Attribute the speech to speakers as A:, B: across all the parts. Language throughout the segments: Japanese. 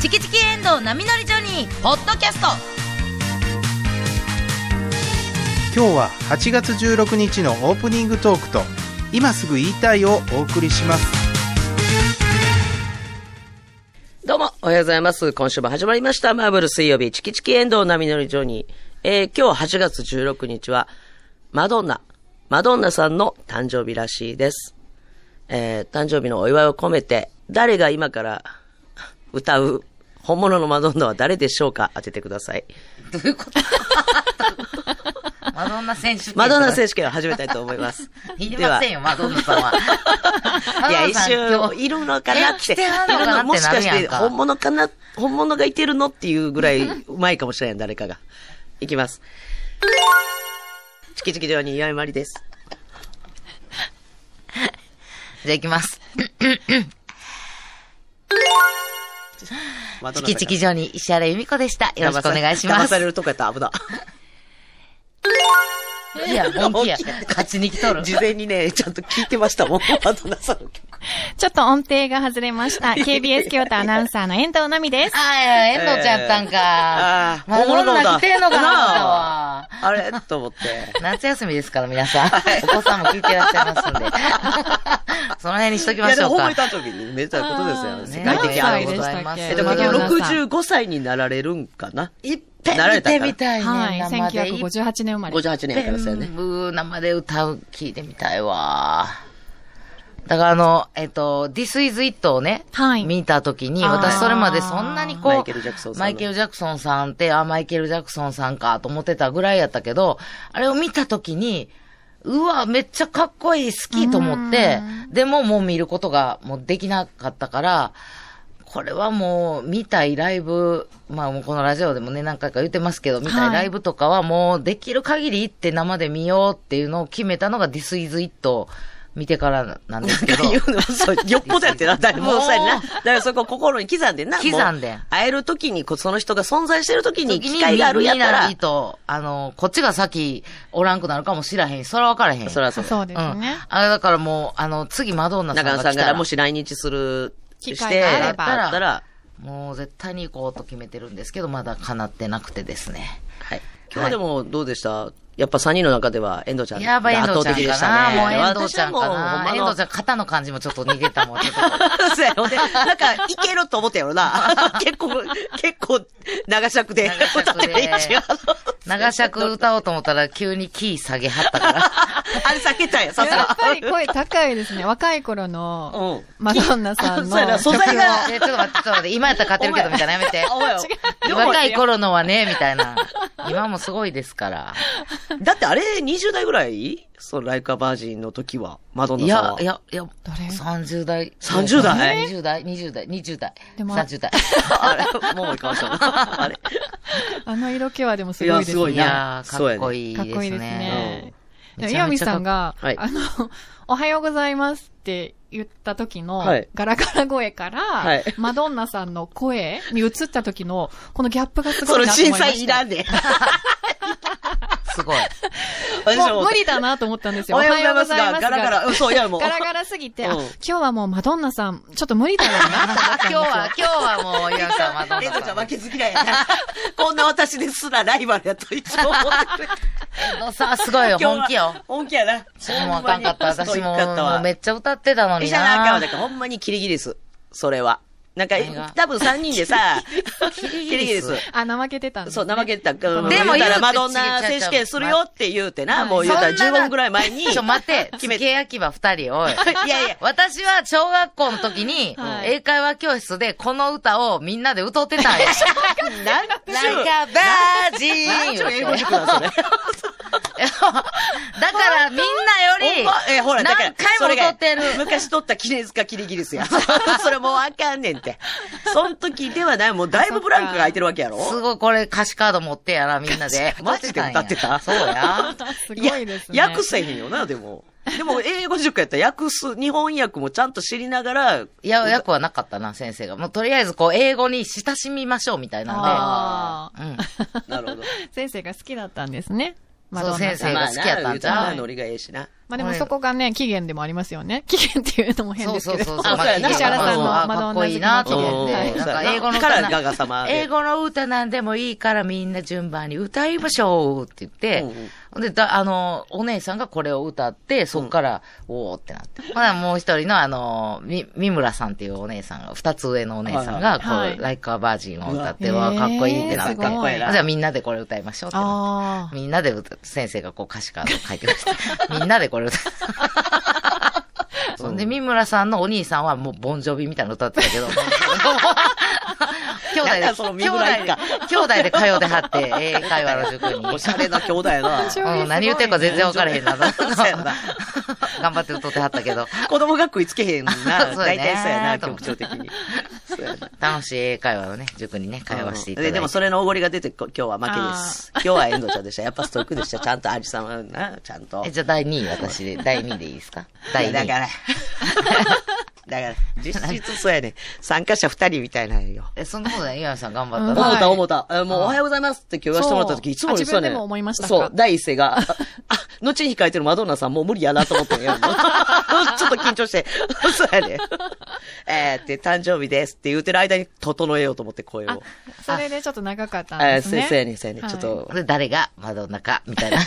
A: チキチキエンドウ波乗りジョニー」ポッドキャスト
B: 今日は8月16日のオープニングトークと「今すぐ言いたい」をお送りします
C: どうも、おはようございます。今週も始まりました。マーブル水曜日、チキチキエンドウ波乗りジョニー。えー、今日8月16日は、マドンナ、マドンナさんの誕生日らしいです。えー、誕生日のお祝いを込めて、誰が今から歌う本物のマドンナは誰でしょうか当ててください。
A: どういうことマドンナ選手
C: マドンナ選手権を始めたいと思い ます。
A: いりませんよ、マドンナさんは。
C: いや、
A: マドン
C: 一
A: ナさん今
C: 瞬、
A: 日
C: いるのかなって。
A: え来てはんのかなってなるやんか
C: もしかして、本物かな、本物がいてるのっていうぐらい、うまいかもしれない、誰かが。いきます。チキチキ上に岩井まりです。
A: じゃあ行きます。チキチキジョニー、石原由美子でした。よろしくお願いしま
C: 騙され
A: す。
C: るとこやったら危ない
A: や、本気や。勝ちに来とる。
C: い。事前にね、ちゃんと聞いてましたもん。マドンナさんの曲。
D: ちょっと音程が外れました。KBS 京都アナウンサーの遠藤奈美です。
A: ああ、遠藤ちゃんやったん
C: あ
A: か
C: あ。
A: マドンナ来てんのかな
C: な
A: あ
C: あ
A: んたは。
C: あれと思って。
A: 夏休みですから、皆さん。お子さんも聞いてらっしゃいますんで。 その辺にしとき
C: い
A: ま
C: や、
A: し
C: で
A: ょ
C: も、
A: う
C: ほん
A: か
C: まに。誕生日にめでたいことですよ。世界
D: 何
C: 的
D: 歳
C: あ
D: で
C: る
D: し
C: こ
D: た
C: と。
D: っ
C: え、
D: け
C: でも、
D: マドンナさん
C: 65歳になられるんかない
A: っぺん見てみたいね。
D: はい。
A: 生で
D: 1958年生まれ。
C: ?58 年やからそうやね。
A: ブー生で歌う、聞いてみたいわ。だからあの、えっと、This is It をね、
D: はい
A: 見たときに、
D: あー
A: 私それまでそんなにこう、
C: マイケルジャクソンさんの
A: マイケルジャクソンさんって、あ、マイケル・ジャクソンさんかと思ってたぐらいやったけど、あれを見たときに、うわ、めっちゃかっこいい、好きと思って、でももう見ることがもうできなかったから、これはもう見たいライブ、まあもうこのラジオでもね何回か言ってますけど、見たいライブとかはもうできる限り行って生で見ようっていうのを決めたのが This is It を見てからなんで すけど。
C: 言うのは そう、よっぽどやってな、だいぶ
A: もう
C: そうやな。だからそこ心に刻んでんな。
A: 刻んでん
C: もう会えるときに、こその人が存在してるときに、
A: 時
C: 機
A: に
C: 会があるんやった
A: 見な
C: ら
A: い、と、あの、こっちが先おらんくなるかもしらへん。それは分からへん。
C: そらそ。
D: そううですね。
A: うん。あだからもう、あの、次マドンナさん
C: 中
A: が
C: 野
A: 来
C: さん
A: た、
C: かららもし来日する、
D: 機
C: し
D: 会
C: て、
D: があれば
C: だったら、
A: もう絶対に行こうと決めてるんですけど、まだ叶ってなくてですね。はい。
C: 今日でもどうでしたやっぱ3人の中では、遠藤ちゃん
A: やばい、遠藤ちゃんかな。もう遠藤ちゃんかな。 遠藤ち
C: ゃん。
A: ゃん、肩の感じもちょっと逃げたもん。ちょっ と
C: そうやろで、なんか、いけると思ったやろな。 結構、結構、長尺で
A: 長尺で
C: 歌って一応
A: 長尺歌おうと思ったら急にキー下げはったから。
C: あれ避けたんや、さすが。
D: やっぱり声高いですね。若い 頃のマドンナさん
C: そうやな
D: の
C: 素
D: 曲を。
C: 材が
A: え、ちょっと待って、ちょっと待って、今やったら勝てるけど、みたいなやめて。
C: お 前
A: 若い。頃のはね、みたい な。今もすごいですから。
C: だってあれ、20代ぐらいその、ライカバージンの時は、マドン
A: い
C: ナさん
A: や
C: は。、
A: いや、いや、
D: どれ
A: 30代。
C: 30代
A: ?20 代、20代、20代。
D: でも
A: 30代。
C: あれ、もういかましたもん。あれ。
D: あの色気はでもすごいです
C: い
A: い
D: ね。
A: やー、
C: そう
A: か
C: や
A: っ
C: ね
A: こいい
D: か
A: で
D: っ
A: すね。
D: こいいですね。で
A: め
D: も、
A: ち
D: 岩
A: ゃ
D: 見
A: めちゃ
D: さんが、
C: はい
D: あの、 おはようございますって言った時の、
C: はい
D: ガラガラ声から、
C: はい
D: マドンナさんの声に移った時の、このギャップがす ご
C: その
D: いなと思い
C: 審
D: ました。
C: 査いらんね。
A: すごい。
C: 私
D: もう無理だなと思ったんですよ。
C: おはようございますが
D: おはようござい
C: ガラガラ嘘いやもう
D: ガラガラす ぎて、あ
C: うん
D: 今日はもうマドンナさん、ちょっと無理だろうなと思ったんです
A: 今日
D: よ。
A: は、今日はもう、岩見さん、 マドン
C: レ
A: ナ
C: ンちゃ
A: さ
C: ん
A: ん。
C: 負けず嫌いやな。こんな私ですらライバルやと一応思ってくれ。
A: 遠藤さん、すごいよ、
C: 今日は
A: 本気よ。。
C: 本気やな。
A: もうあかんかった。私も、もうめ
C: め
A: っちゃ歌ってたの
C: い
A: に
C: じゃなあかんわ。だ
A: な。
C: からほんまにキリギリス。それは。なんか
A: 何が、
C: 多分3人で さ、キリ ギリス。
D: あ、怠けてたんです、
C: そう、
D: ね。
C: 怠けてた。で
A: も言うて
C: たらマドンナ選手権するよって言うてな、もう言うたら
A: そんな
C: 15分ぐらい前に。
A: ちょ、待って、
C: 決め
A: 付け焼き場二人、おい。
C: いやいや。
A: 私は小学校の時に、
D: はい
A: 英会話教室でこの歌をみんなで歌ってた んや。
C: なんか、
A: Like a
C: なん
A: virgin!
C: ちゅう英語
A: だ
C: 塾なんそれ。
A: からみんなよ
C: ほん
A: り
C: ま、え、ほら、だ
A: 何
C: から、
A: 回
C: それ
A: も
C: が
A: 歌ってる。
C: 昔撮ったキネズかキリギリ スや。それもうあかんねんって。そん時ではない、もうだいぶブランクが空いてるわけやろ
A: すごい、これ歌詞カード持ってやな、みんなで。
C: マジで歌ってた
A: そう や。
D: すごいですね。
C: 訳せへんよな、でも。でも、英語塾やったら訳す、日本訳もちゃんと知りなが ら、
A: いや、役はなかったな、先生が。もうとりあえず、こう、英語に親しみましょう、みたいなん
D: あ
A: で。うん。
C: なるほど。
D: ー先生が好きだったんですね。マ
A: そ
D: ド
A: う、
D: ンナ
A: 先
D: さん
A: 生が好きやったんち
C: まあな言
A: ゃ
C: う
A: う
C: たらなノリがええしな。
D: まあでもそこがね、期限でもありますよね。期 限っていうのも変
A: そう
D: です
A: そ
D: け
A: う
D: れ
A: そ
D: ど。
A: う。
C: あそうやな
A: まあ
C: 石原さんの
A: あ
D: マド
A: か
D: ン
A: っ
D: ナ
A: こいいなと思
D: 好
A: っ
D: きで
A: て、
D: うん
A: なんか英語の
C: だから
A: 歌
C: ガ
A: な、
C: ガ様で
A: 英語の歌なんでもいいからみんな順番に歌いましょうって言って、で、だ、あの、お姉さんがこれを歌って、そっから、おーってなって。ほな、もう一人のあの、み、三村さんっていうお姉さんが、二つ上のお姉さんが、こ、
D: はいう
A: ライカーバージンを歌って、
D: うわ
A: わーかっこいいってなっ
D: えー
A: て、
D: すごい
A: じゃあみんなでこれ歌いましょうってなって。
D: ああ。
A: みんなで歌、先生がこう歌詞カードを書いてま した。みんなでこれ歌って。そんで、三村さんのお兄さんはもうボンジョビみたいなの歌ってた けど、兄弟
C: なん
A: で
C: かその、
A: 兄
C: 三
A: 弟
C: 村一家
A: で、兄弟で通ってはって、英会話の塾に。
C: おしゃれな兄弟や な。
D: すごいね
A: うん何言ってるか全然分からへんな。
C: そうやな
A: 頑張って歌ってはったけど、
C: 子供学校行つけへんな。
A: そうや
C: 大
A: ね
C: 体そうやな、局長的に。そうやな。
A: 楽しい英会話のね、塾にね、通わせていただ
C: で
A: いて。
C: でもそれのおごりが出て、こ今日は負けです。今日は遠藤ちゃんでした。やっぱストイックでした。ちゃんとアリさんはな、ちゃんと
A: え。じゃあ第2位、私で、第2位でいいですか第2位。
C: だ から。だから、実質そうやね。参加者二人みたいなんよ。
A: え、そんなことない。岩見さん頑張った
D: うん
A: な。
C: 思
D: は
C: っ
D: い
C: た思った。えもうおはようございますって今日言わせてもらった時、
D: そう
C: いつもよりそうやね
D: あ自分でも思いましたか
C: そう、第一声が、あ、あ後に控えてるマドンナさんもう無理やなと思ってん やちょっと緊張して、そうやね。えーって、誕生日ですって言うてる間に整えようと思って声
D: あ
C: を。、
D: それでちょっと長かったん
C: え
D: で
C: ー、
D: す
C: せ
D: ね。
C: そうやね、そうやね、ちょっと。
A: これ誰がマドンナか、みたいな。
C: いや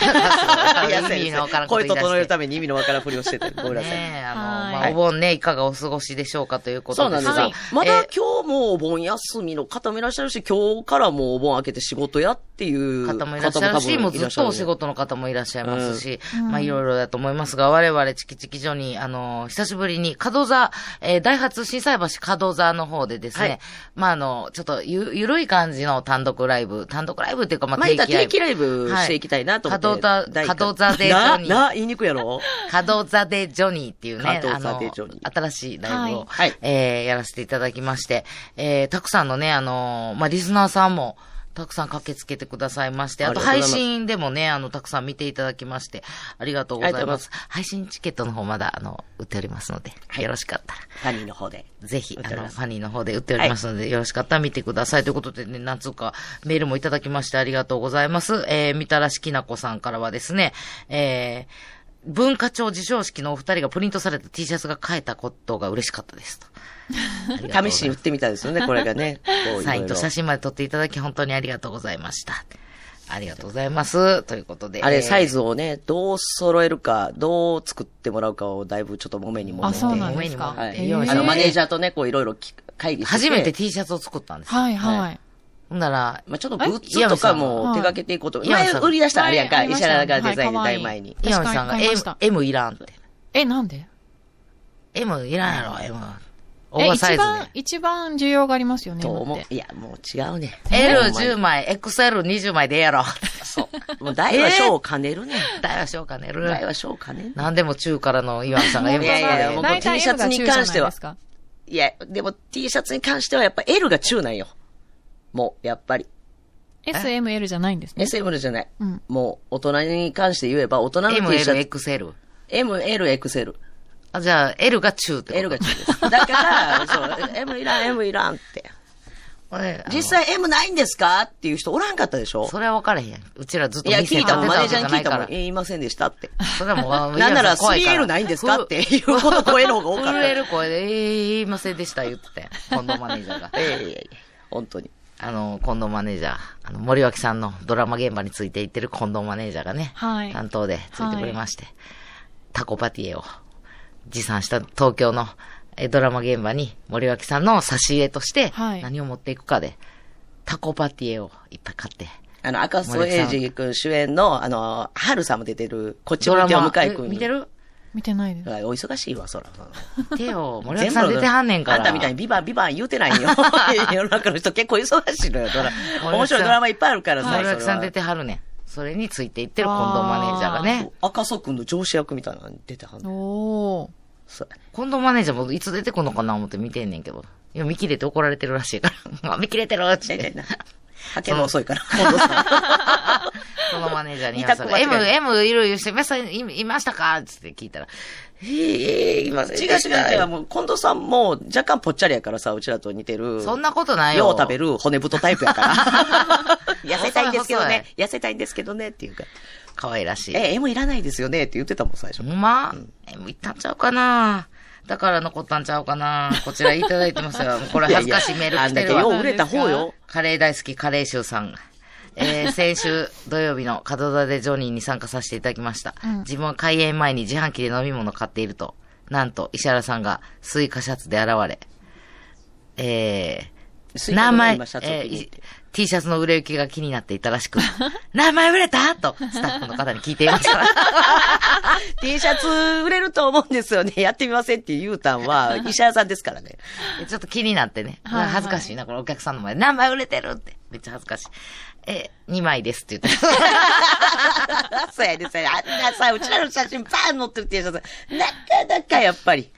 C: そうやね
A: 意味のわからんこと
C: 声
A: 言い出して
C: 整えるために意味のわからんふりをしてて、ごめんなさい。
A: ねえ、あの、ま
D: は
A: あ、
D: い
A: お盆ね、いかがお過ごしでしょうかということ
C: そうなん
A: で
C: ですすよ、
A: が。
D: はい
C: ま
A: え
C: だ
A: ー
C: 今日もお盆休みの方もいらっしゃるし、今日からもうお盆明けて仕事やっていう
A: 方もいらっしゃるし、
C: 方
A: も
C: 多
A: う
C: 分い
A: ず
C: ら
A: っ
C: しゃる
A: と
C: ね
A: お仕事の方もいらっしゃいますし、まあいろいろだと思いますが、我々チキチキ所に、あの、久しぶりに、角座、えー、大発震災橋角座の方でですね、
C: はい
A: まああの、ちょっとゆ、ゆるい感じの単独ライブ、単独ライブっていうか、ま
C: ま
A: あ
C: あ、定
A: 定期ライブ。
C: 期ライブしていきたいなと思って。
A: はい加藤座
C: 第一回
A: 加藤座で
C: な、
A: ジョニー
C: な、言いにくいやろ
A: 角座でジョニーっていうね、
C: 加
A: あ
C: 藤座
A: の
C: でジョニー、
A: 新しいライブを、
C: はい
A: えーやらせていただきまして、えーたくさんのね、あのーまあ、リスナーさんも、たくさん駆けつけてくださいまして、あ
C: あり
A: と
C: がとう
A: 配
C: ございます
A: 信でもね、あの、たくさん見ていただきまして、ありがとうござい
C: ありが
A: ま
C: と
A: す。配信チケットの方まだ、あの、売っておりますので、よろしかったら。
C: 他人の方で。
A: ぜひ
C: 売っ、てお
A: あ
C: り
A: の、
C: ます
A: ファニーの方で売っておりますので、よろしかったら見てください。ということでね、なんつうか、メールもいただきましてありがとうございます。えー、みたらしきなこさんからはですね、えー、文化庁授賞式のお二人がプリントされた T シャツが買えたことが嬉しかっ たですと。ありがとうございま
C: 試
A: す
C: しに売ってみたいですよね、これがね。こう
A: サインと写。真まで撮っていただき本当にありがとうございました。ありがとうございます。ということで。
C: あ
A: え
C: れ、
A: ー
C: サイズをね、どう揃えるか、どう作ってもらうかをだいぶちょっと揉めに揉め
D: あ、
C: て。
D: そうなんですか。
C: はい
A: えー
C: あの、マネージ
D: ャー。
C: ャーとね、こういろいろき会議して
A: 初めて。T シャツを作ったんです。
D: はいはい。
A: ほんなら、
C: まあ、ちょっとグッズとかも手掛けていこうと。
A: はい岩見
C: 前
A: さん
C: 売り出したらあれやんか、
D: はい
C: 石原が
D: はい
C: デザインの
D: 可愛い
C: 大前に。
A: 岩見さんが
D: 確かに買いました
A: M、M いらんって。
D: え、なんで
A: M いらんやろ、M。オー
D: え、
A: バーサ
D: 一
A: イズ
D: 番、一番需要がありますよね。
C: と
D: 今っ
C: 思
D: て
C: う。いや、もう違うね。
A: で。
C: ほ
A: L10
C: んま
A: 枚、XL20 枚でええやろ。
C: に そう。もう大は小を兼ねるね。
A: 大はしようか ね、ル
C: 大は小を兼ねる。
A: なんでも中からの岩見さんが M
C: いやいやいや
A: さん
C: 僕
A: が
D: 大体
C: T シャツに
D: M が中
C: 関しては
D: じゃないで
C: いや、でも T シャツに関してはやっぱ L が中なんよ。もう、やっぱり。
D: すか。SML じゃないんですね。
C: SM じゃない。
D: うん
C: もう、大人に関して言えば、大人の
A: M、
C: T シ
A: L、
C: ャツ。
A: XL。
C: M、L、XL。
A: あ、じゃあ、L が中ってこと。
C: L が中です。だから、そう、M いらん、M いらんって。
A: 俺。あの
C: 実、際 M ないんですかっていう人おらんかったでしょ
A: それは分からへんやん。うちらずっと
C: いや、聞いたもん、
A: 立
C: マネー
A: て
C: ジャーに
A: わけ
C: 聞
A: じ
C: い
A: ゃ
C: た
A: な
C: もん、
A: から
C: 言いませんでしたって。
A: それはもうあの、
C: なんなら
A: 岩見さ怖いから
C: 3L ないんですかっていうこの声の方が多かった。
A: 震える声で、えー、言いませんでした、言ってたよ。近藤マネージャ ーが
C: い。やいやいや本当に。
A: あの、近藤マネージャー、あの、森脇さんのドラマ現場についていってる近藤マネージャーがね、
D: はい
A: 担当でついてくれまして、タコパティエを持参した東京のえドラマ現場に森脇さんの差し入れとして、
D: はい
A: 何を持っていくかで、タコパティエをいっぱい買って、
C: あの、赤楚衛二君主演の、あの、春さんも出てる、こっち
A: ド
C: 向い
A: ラ
C: ては
A: マ
C: 向井
A: え
C: 君。
A: 見て る
D: 見てないです。
C: あお忙しいわ、そら。
A: 手を、森脇さん出てはんねんから。
C: あんたみたいにビバンビバン言うてない よ。世の中の人結構忙しいのよ、ドラ
A: さ。ん
C: 面白いドラマいっぱいあるからさ。
A: 森
C: そ
A: 脇
C: れ
A: さん
C: は
A: 出てはるねん。それについていってる近藤マネージャーがね。
C: 赤楚君の上司役みたいなの出てはんの。
D: おー。
C: そう
A: 近藤マネージャーもいつ出 てくんのかな思って見てんねんけど。いや、見切れて怒られてるらしいから。あ見切れてるって
C: みたいな。派遣が遅いから、近藤さん。
A: そのマネージャーに
C: 二
A: 言わ
C: 択
A: せ
C: 間違
A: て、
C: え
A: M、
C: た
A: M いろいろして、皆さんいいましたかつって聞いたら、ええ、ええ、いませ ん
C: 違う
A: でした
C: 違う違う、もう近藤さんも若干ぽっちゃりやからさ、うちらと似てる。
A: そんなことないよ。
C: よう食べる骨太タイプや から。痩せたいんですけど
A: 細い
C: ね。痩せたいんですけどね。っていうか。
A: 可愛らしい。
C: え、M いらないですよね。って言ってたもん、最初
A: ほ。んま、M いったんちゃうかなだから残ったんちゃうかなこちらいただい てますよ。これ恥ずかしいメール来てる
C: いやいやあんだけよ
A: わ
C: う。売れた方よ。
A: カレー大好きカレーシューさん。え ー先週土曜日の門田でジョニーに参加させていただきました。自分は開演前に自販機で飲み物買っていると、なんと石原さんがスイカシャツで現れ、えー、
C: 水曜
A: 名
C: 日の
A: 前、
C: 今、シャツを
A: え
C: 着に
A: ー
C: 行っ
A: い
C: て。
A: T シャツの売れ行きが気になっていたら しく、名前売れたとスタッフの方に聞いていました。
C: T シャツ売れると思うんですよね。やってみませんって言うたんは、石原さんですからね。
A: ちょっと気になってね。
D: はいはい
A: 恥ずかしいな、これお客さんの前で。何枚売れてるって。めっちゃ恥ずかしい。え、2枚ですって言って。
C: そうやで、そうや。あんなさ、うちらの写真バーン載ってる T シャツ。なかなかやっぱり。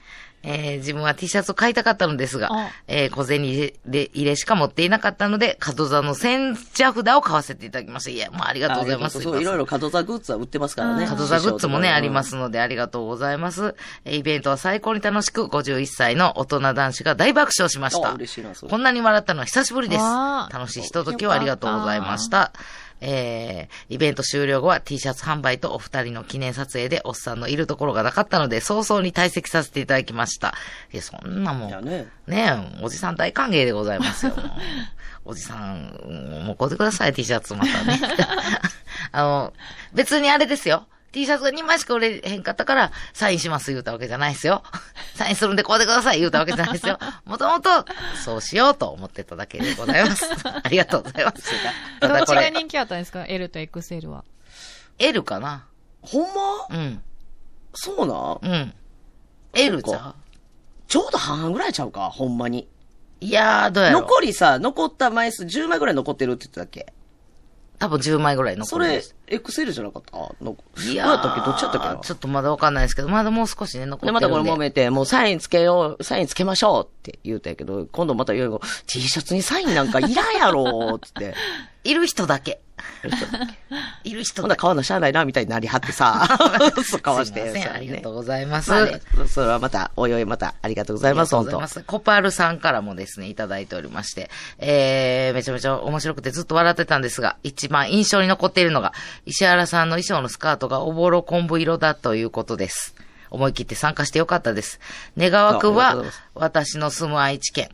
A: えー自分は T シャツを買いたかったのです
D: あ
A: が、えー小銭入れ入れしか持っていなかったので、角座の千社札を買わせていただきました。いや、もうありがとうございます。
C: そう、いろいろ角座グッズは売ってますからね。
A: 角座グッズもね、
C: うん
A: ありますので、ありがとうございます。えーイベントは最高に楽しく、51歳の大人男子が大爆笑しまし
C: あ
A: た。
C: 嬉しいなそう
A: こんなに笑ったのは久しぶりです
D: わ。あ
A: 楽しいひとときをありがとうございました。えー、イベント終了後は T シャツ販売とお二人の記念撮影でおっさんのいるところがなかったので、早々に退席させていただきました。いや、そんなもん。
C: いやね。
A: ねえ、おじさん大歓迎でございます よ。もうおじさん、うんもう買うてください、T シャツまたね。 あの、別にあれですよ。T シャツが2枚しか売れへんかったから、サインします言うたわけじゃないですよ。 サインするんで買うてください言うたわけじゃないですよ。もともと、そうしようと思ってただけでございます。 ありがとうございます。た
D: ど
A: だ
D: っ
A: こ
D: ちが
A: れ、
D: 人気あったんですか ?L と XL は。
A: L かな
C: ほんま
A: うん、
C: そうなん
A: うん。L じ
C: そ
A: ゃ
C: っか
A: う
C: ちょうど半々ぐらいちゃうかほんまに。
A: いやー、どうやろう。
C: 残りさ、残った枚数10枚ぐらい残ってるって言ってたっけ
A: 多分10枚ぐらい
C: そ
A: 残るんで
C: れ
A: す。、
C: エクセルじゃなかったの
A: い
C: い
A: や
C: や
A: ー
C: どうやったっけどっちやったっけな
A: ちょっとまだわかんないですけど、まだもう少しね、残って
C: で、
A: るん
C: ま
A: で。
C: たこれ揉めて、もうサインつけよう、サインつけましょうって言うたんやけど、今度またよいご、T シャツにサインなんかいらんやろつって。
A: いる人だけ。 いる
C: そ
A: 人
C: ん
A: だ
C: な
A: け。
C: 買わなしゃあないな、みたいになりはって さ、そうかわして。
A: すいません、ありがとうございます。
C: そうやねまあねそれはまた、おいおいまた、ありがとうございます、
A: あ
C: 本
A: りがとうござい
C: 当
A: ます。コパールさんからもですね、いただいておりまして、えー、めちゃめちゃ面白くてずっと笑ってたんですが、一番印象に残っているのが、石原さんの衣装のスカートがおぼろ昆布色だということです。思い切って参加してよかったです。願
C: ああり
A: わく
C: がとう
A: は
C: ございます、
A: 私の住む愛知県。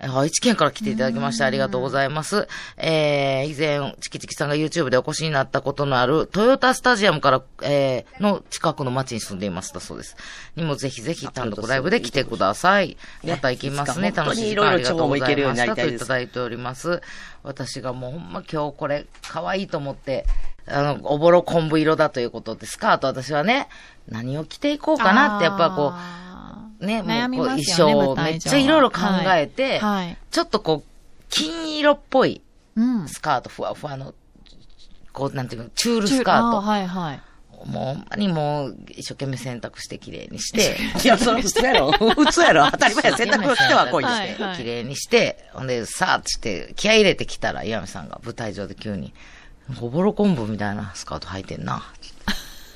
A: え愛知県から来ていただきましてありがとうございます。えー、以前、チキチキさんが YouTube でお越しになったことのある、トヨタスタジアムから、えー、の近くの町に住んでいますだそうです。にもぜひぜひ単独ライブで来てください。
C: ね
A: また行きますね。
C: いつか
A: 楽しい時
C: 本当
A: 間あ
C: にいろいろ
A: りがとうございま
C: 情報もいけるようになり
A: した
C: た
A: と
C: い
A: い
C: です
A: ただいております。私がもうほんま今日これ可愛いと思って、あの、おぼろ昆布色だということで、スカート私はね、何を着ていこうかなってやっぱこう、
D: う
A: ね、もう
D: 悩み
A: こう
D: ま
A: 衣
D: すよね
A: 装を
D: 舞台
A: めっ
D: 上
A: ちゃいろいろ考え
D: は
A: て、
D: いはい
A: ちょっとこう、金色っぽい
D: うん。
A: スカート、ふわふわの、こう、なんていうの、チュール
D: チュ
A: スカー
D: あ
A: ト。
D: はいはい。
A: もう、ほんまにもう、一生懸命洗濯して綺麗にして、
C: いや、それ普通やろ。普通やろ。当たり前や。選択をしては恋にして。
D: はい
A: 綺麗にして、ほんで、さあ、つって、気合い入れてきたら、岩見さんが舞台上で急に、おぼろ昆布みたいなスカート履いてんな。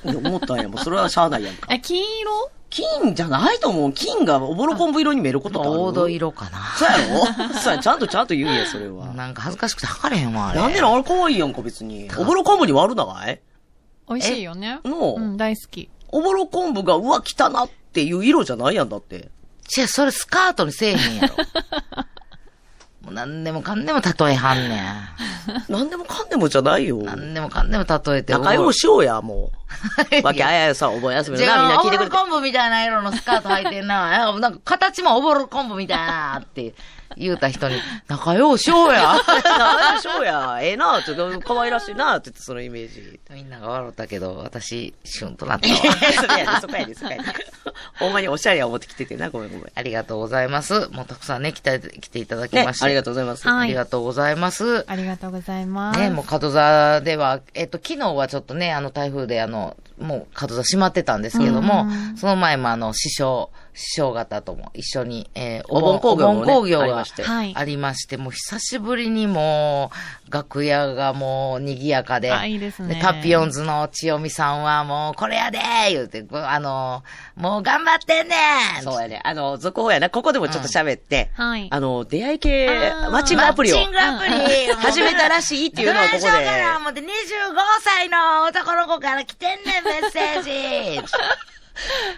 C: いや思ったんや。もうそれはしゃあないやんか。
D: え、金色
C: 金じゃないと思う。金がおぼろ昆布色に見えることある。
A: 黄土。色か
C: そうやろそうや、ちゃんとちゃんと言うや、それ
A: な。
C: は。
A: なんか恥ずかしくて履かれへんわ、あれ。
C: なんでな、あれ可愛いやんか、別に。おぼろ昆布に割るなかい
D: 美味しいよね。
C: の
D: うん、大好き。
C: おぼろ昆布が、うわ、来たなっていう色じゃないやんだって。
A: 違う、それスカートにせえへんや ろ。もう何でもかんでも例えはんね
C: なんでもかんでもじゃないよ
A: ん。。何でもかんでも例えて。
C: 仲良くしようや、もう。わけあややさん、お盆休み
A: 違
C: の
A: う
C: な、みんな
A: お
C: 聞い
A: ぼ
C: てく
A: ろ
C: れて。
A: 昆布みたいな色のスカート履いてんな。えなんか形もおぼろ昆布みたいなって言うた人に、仲良うしようや。
C: 仲良しようや。ええな、ちょっと可愛ら しいな、って言って、そのイメージ。
A: みんなが笑ったけど、私、シュンとなった わ。
C: そこやで、そこやで、そこやで。 ほんまにおしゃれや思ってきててな、ごめんごめん。
A: ありがとうございます。もうたくさんね、来て、来ていただき
C: ね
A: まし、て。
C: ありがとうございます。
D: はい
A: ありがとうございます。
D: ありがとうございます。
A: ね、もう角座では、えっと、昨日はちょっとね、あの台風であの、もう門座閉まってたんですけども、
D: うん
A: その前もあの、師匠、師匠方とも一緒に、えー
C: お盆工業もね
A: お盆工業
C: あり
A: が
C: まして
D: はい
A: ありまして、もう久しぶりにもう、楽屋がもう賑やかで、
D: あいいですね
A: パピオンズの千代美さんはもう、これやでー言うて、こうあのー、もう頑張ってんねん
C: そうやね。あの、続報やな。ここでもちょっと喋って、
D: うんはい
C: あの、出会い系
D: あー
C: マッチングアプリを
A: マッチングアプリを
C: 始めたらしいっていうのをここ
A: どうしようかな
C: で。
A: 思って、25歳の男の子から来てんねん、メッセージ。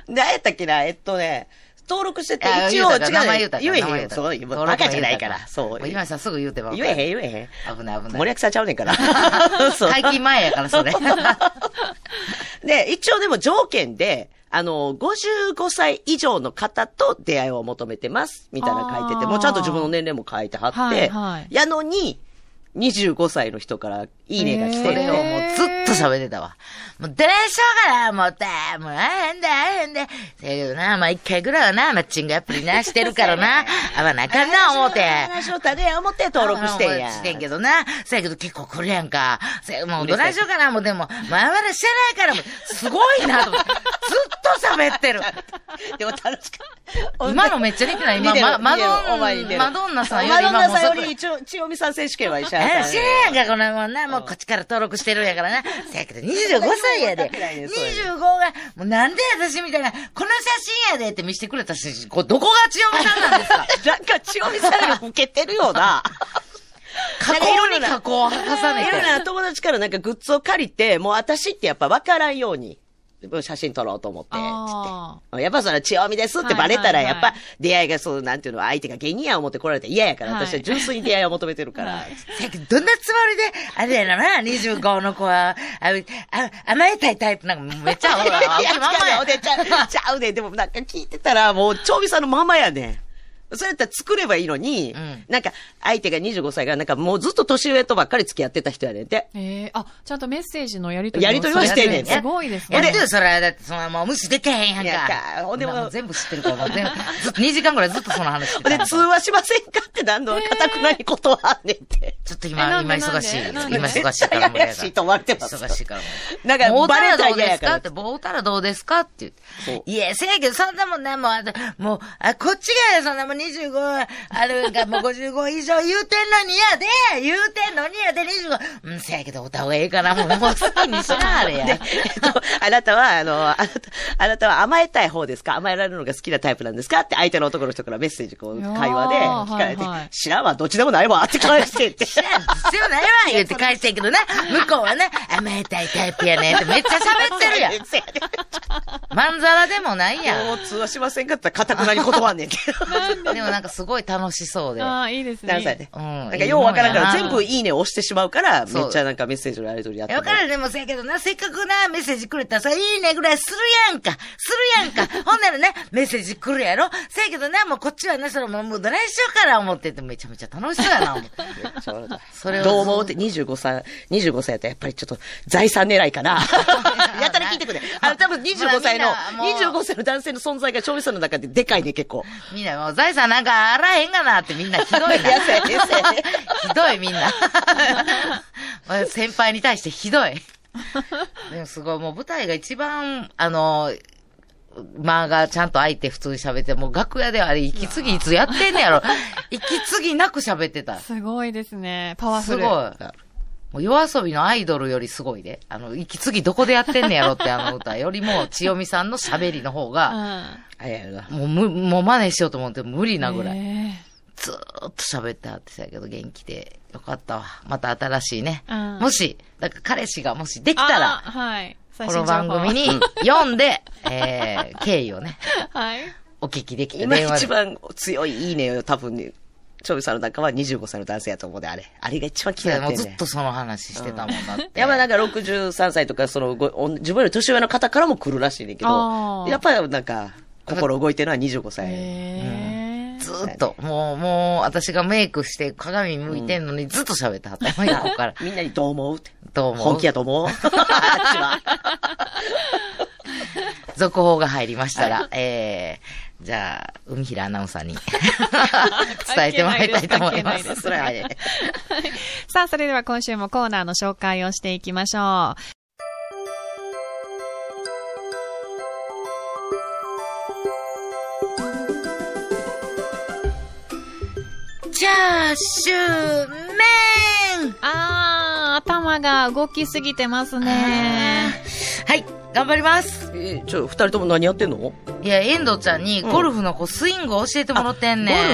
C: 何やったっけなえっとね、登録してて
A: あ、
C: 一応違う
A: 言うたから名前言うた
C: 言え
A: 名前
C: へんよ。
A: 言うた
C: そう、もうバカじゃないから。そう。
A: もう
C: 言
A: 今さ、すぐ言うてばっかり
C: えへん、言えへん。
A: 危ない危ない。。
C: 森脇さんちゃうねんから そう
A: 解禁前やから、 それ。
C: で、一応でも条件で、あの、55歳以上の方と出会いを求めてます、みたいなの書いてて、
D: あー
C: もうちゃんと自分の年齢も書いてはって、
D: はいはい
C: やのに、25歳の人からいいねが来
A: そ
C: て
A: れをもうずっと喋ってたわ。もう、どうしようかな、もうて、もう、あへんで、あへんで。せやけどな、まあ、一回ぐらいはな、マッチングアプリな、してるから な、あわなあかんな、思うて。
C: 話をたね、思って登録してんや。
A: してんけどな。そやけど結構来るやんか。そやもうどないしようかな、もうでも、前までしてないから、もうすごいな と思って、ずっと喋ってる。
C: でも楽しかった。
A: 今のめっちゃ似てない今
C: 似てる
A: まマドン
C: 似てるお前似てる
A: マドンナさんよ
C: マ
A: り
C: ドンナさんよ
A: 今もう
C: り、ちょ千代美さん選手権は一緒やった
A: え、
C: ね
A: してんやんか、このもんな。もうこっちから登録してるんやからな。せやけど25歳やで。25が、もうなんで私みたいな、この写真やでって見せてくれたし、こうどこが千代美さんなん ですか
C: なんか千代美さんが受けてるよう な。
A: 加工に加工を履かさね
C: い
A: て
C: ろん。な友達からなんかグッズを借りて、もう私ってやっぱ分からんように、写真撮ろうと思って、つ
D: あ
C: って。やっぱその、千代美ですってバレたら、
D: はいはい
C: や
D: は
C: っぱ
D: い
C: 出会いがそう、なんていうの、相手が芸人や思って来られたら嫌やから、
D: はい
C: 私は純粋に出会いを求めてるから。
A: せやけど、どんなつもりで、あれやろな、25の子は、あ、あ甘えたいタイプなんかめっちゃ合
C: い
A: う
C: や
A: わ、
C: いや、
A: 青木ママや
C: 違うね、ちゃうちゃうね。でもなんか聞いてたら、もう、調美さんのままやねん。それやったら作ればいいのに、
A: うん
C: なんか、相手が25歳が、なんかもうずっと年上とばっかり付き合ってた人やねんて。
D: えー、あ、ちゃんとメッセージのやりとり
C: やりとりはしてんねん
D: すごいです
A: や
D: ね。
A: ってるよ、それは。だって、その、もう無視できへんやん
C: いや
A: か。
C: かほんでも
A: そなも全部知ってるから、もう全部、ずっと2時間ぐらいずっとその話して
C: で
A: た、
C: 通話しませんかって何のかたくなに断んねんて。
A: ちょっと
D: え
A: 今、
D: なん
A: 今
D: で
A: 忙しい。
D: なん
A: 今
D: で
A: 忙しいから無理
C: 絶対
A: やから。
C: 怪しいと思われてます
A: 忙しいから無理。
C: なんか
A: もうたら
C: バレた
A: ど
C: ら
A: う
C: 嫌
A: です
C: やか
A: からって、ボーたらどうですかって言
C: そ
A: っ
C: う
A: て。いや、せやけど、そんなもんな、もう、あのもう、あ、こっちがよ、そんなもん25、あるんか、もう55以上言うてんのにやで、言うてんのにやで、25。うん、せやけど、おった方がええかな、もう、もう好きにしな、 あれや。
C: えっと、あなたは、あの、あなた、あなたは甘えたい方ですか甘えられるのが好きなタイプなんですかって相手の男の人からメッセージ、こう、
D: いやー
C: 会話で聞かれて、
D: はいはい
C: 知らんわ、どっちでもないわって返してって。
A: 知らん必要ないわ言って返してんけどな。向こうはね、甘えたいタイプやねんってめっちゃ喋ってる やん。
C: せやで
A: まんざらでもないや
C: も
A: ん。
C: う通話しませんかって言ったら、かたくなに断んねんけ ど。
A: でもなんかすごい楽しそうで。
D: ああ、いいですね。
C: 何歳で。
A: うん
C: なんかようわからんから、全部いいね押してしまうから、
A: そう
C: めっちゃなんかメッセージのやりとりやっ
A: い
C: て
A: やわからんでもせやけどな、せっかくな、メッセージくれたらさ、いいねぐらいするやんか。するやん か。ほんならね、メッセージ来るやろ。せやけどな、もうこっちはな、それもうもうどないしようから思ってて、めちゃめちゃ楽しそうやな、思って。それを
C: どう思うって、25歳、25歳やったらやっぱりちょっと財産狙いか な。やたら聞いてくれ。あの、多分25歳の
A: ほらみんなもう、
C: 25歳の男性の存在が勝利さんの中ででかいね、結構。
A: みんなもう財産なんかあらへんがなってみんなひどい な。
C: いやそうやねそうやね
A: ひどいみんな。 まあ先輩に対して ひどい。でもすごい、もう舞台が一番、あの、間がちゃんと空いて普通に喋って、もう楽屋であれ、息継ぎいつやってんねや ろ。息継ぎなく喋ってた。す
D: すごいですね。パワ
A: ご
D: フ
A: い。
D: ル。
A: もう夜遊びのアイドルよりすごいで。あの、息継ぎどこでやってんねやろってあの歌よりも、千代美さんの喋りの方
D: う
A: が、
D: ん。
C: あやな。
A: もうむ、もう真似しようと思って無理なぐらい。
D: え
A: ずーっと喋ってはってたけど、元気で。よかったわ。また新しいね。
D: うん
A: もし、だから彼氏がもしでき
D: ー
A: た
D: あ
A: ら、
D: ーはい。最
A: こ
D: 新
A: の
D: 情報
A: 番組。に読んで、えー、経緯をね、
D: はい。
A: お聞きできて
C: 今
A: 電話
C: 一
A: で。
C: 番強いいいねを多分ね、勝利さんの中は25歳の男性やと思うで、あれ。あれが一番気にな
A: も
C: っ
A: う
C: てん
A: ず
C: ね
A: っ
C: ん
A: とその話してたもんだって。
C: やっぱなんか63歳とか、そのご、お自分より年上の方からも来るらしいねんけ
D: あ
C: ど、
D: ー
C: やっぱりなんか、心動いてるのは25歳。
D: えー
A: ずーっと、もう、もう、私がメイクして鏡向いてんのにずっと喋ってはった。今ここから。
C: みんなにどう思うって。
A: どうも。
C: 本気やと思うあっちは。
A: 続報が入りましたら、えー、じゃあ、海平アナウンサーに 伝えてもらいたいと思いま。
D: 関係ないですす
A: それはね
D: さあ、それでは今週もコーナーの紹介をしていきましょう。
A: チャーシューメン
D: あー、頭が動きすぎてますね。
A: はい、頑張ります。
C: えーちょ、二人とも何やってんの
A: いや、遠藤ちゃんにゴルフのこうスイングを教えてもらってんね
C: あ
A: ん。
C: ゴル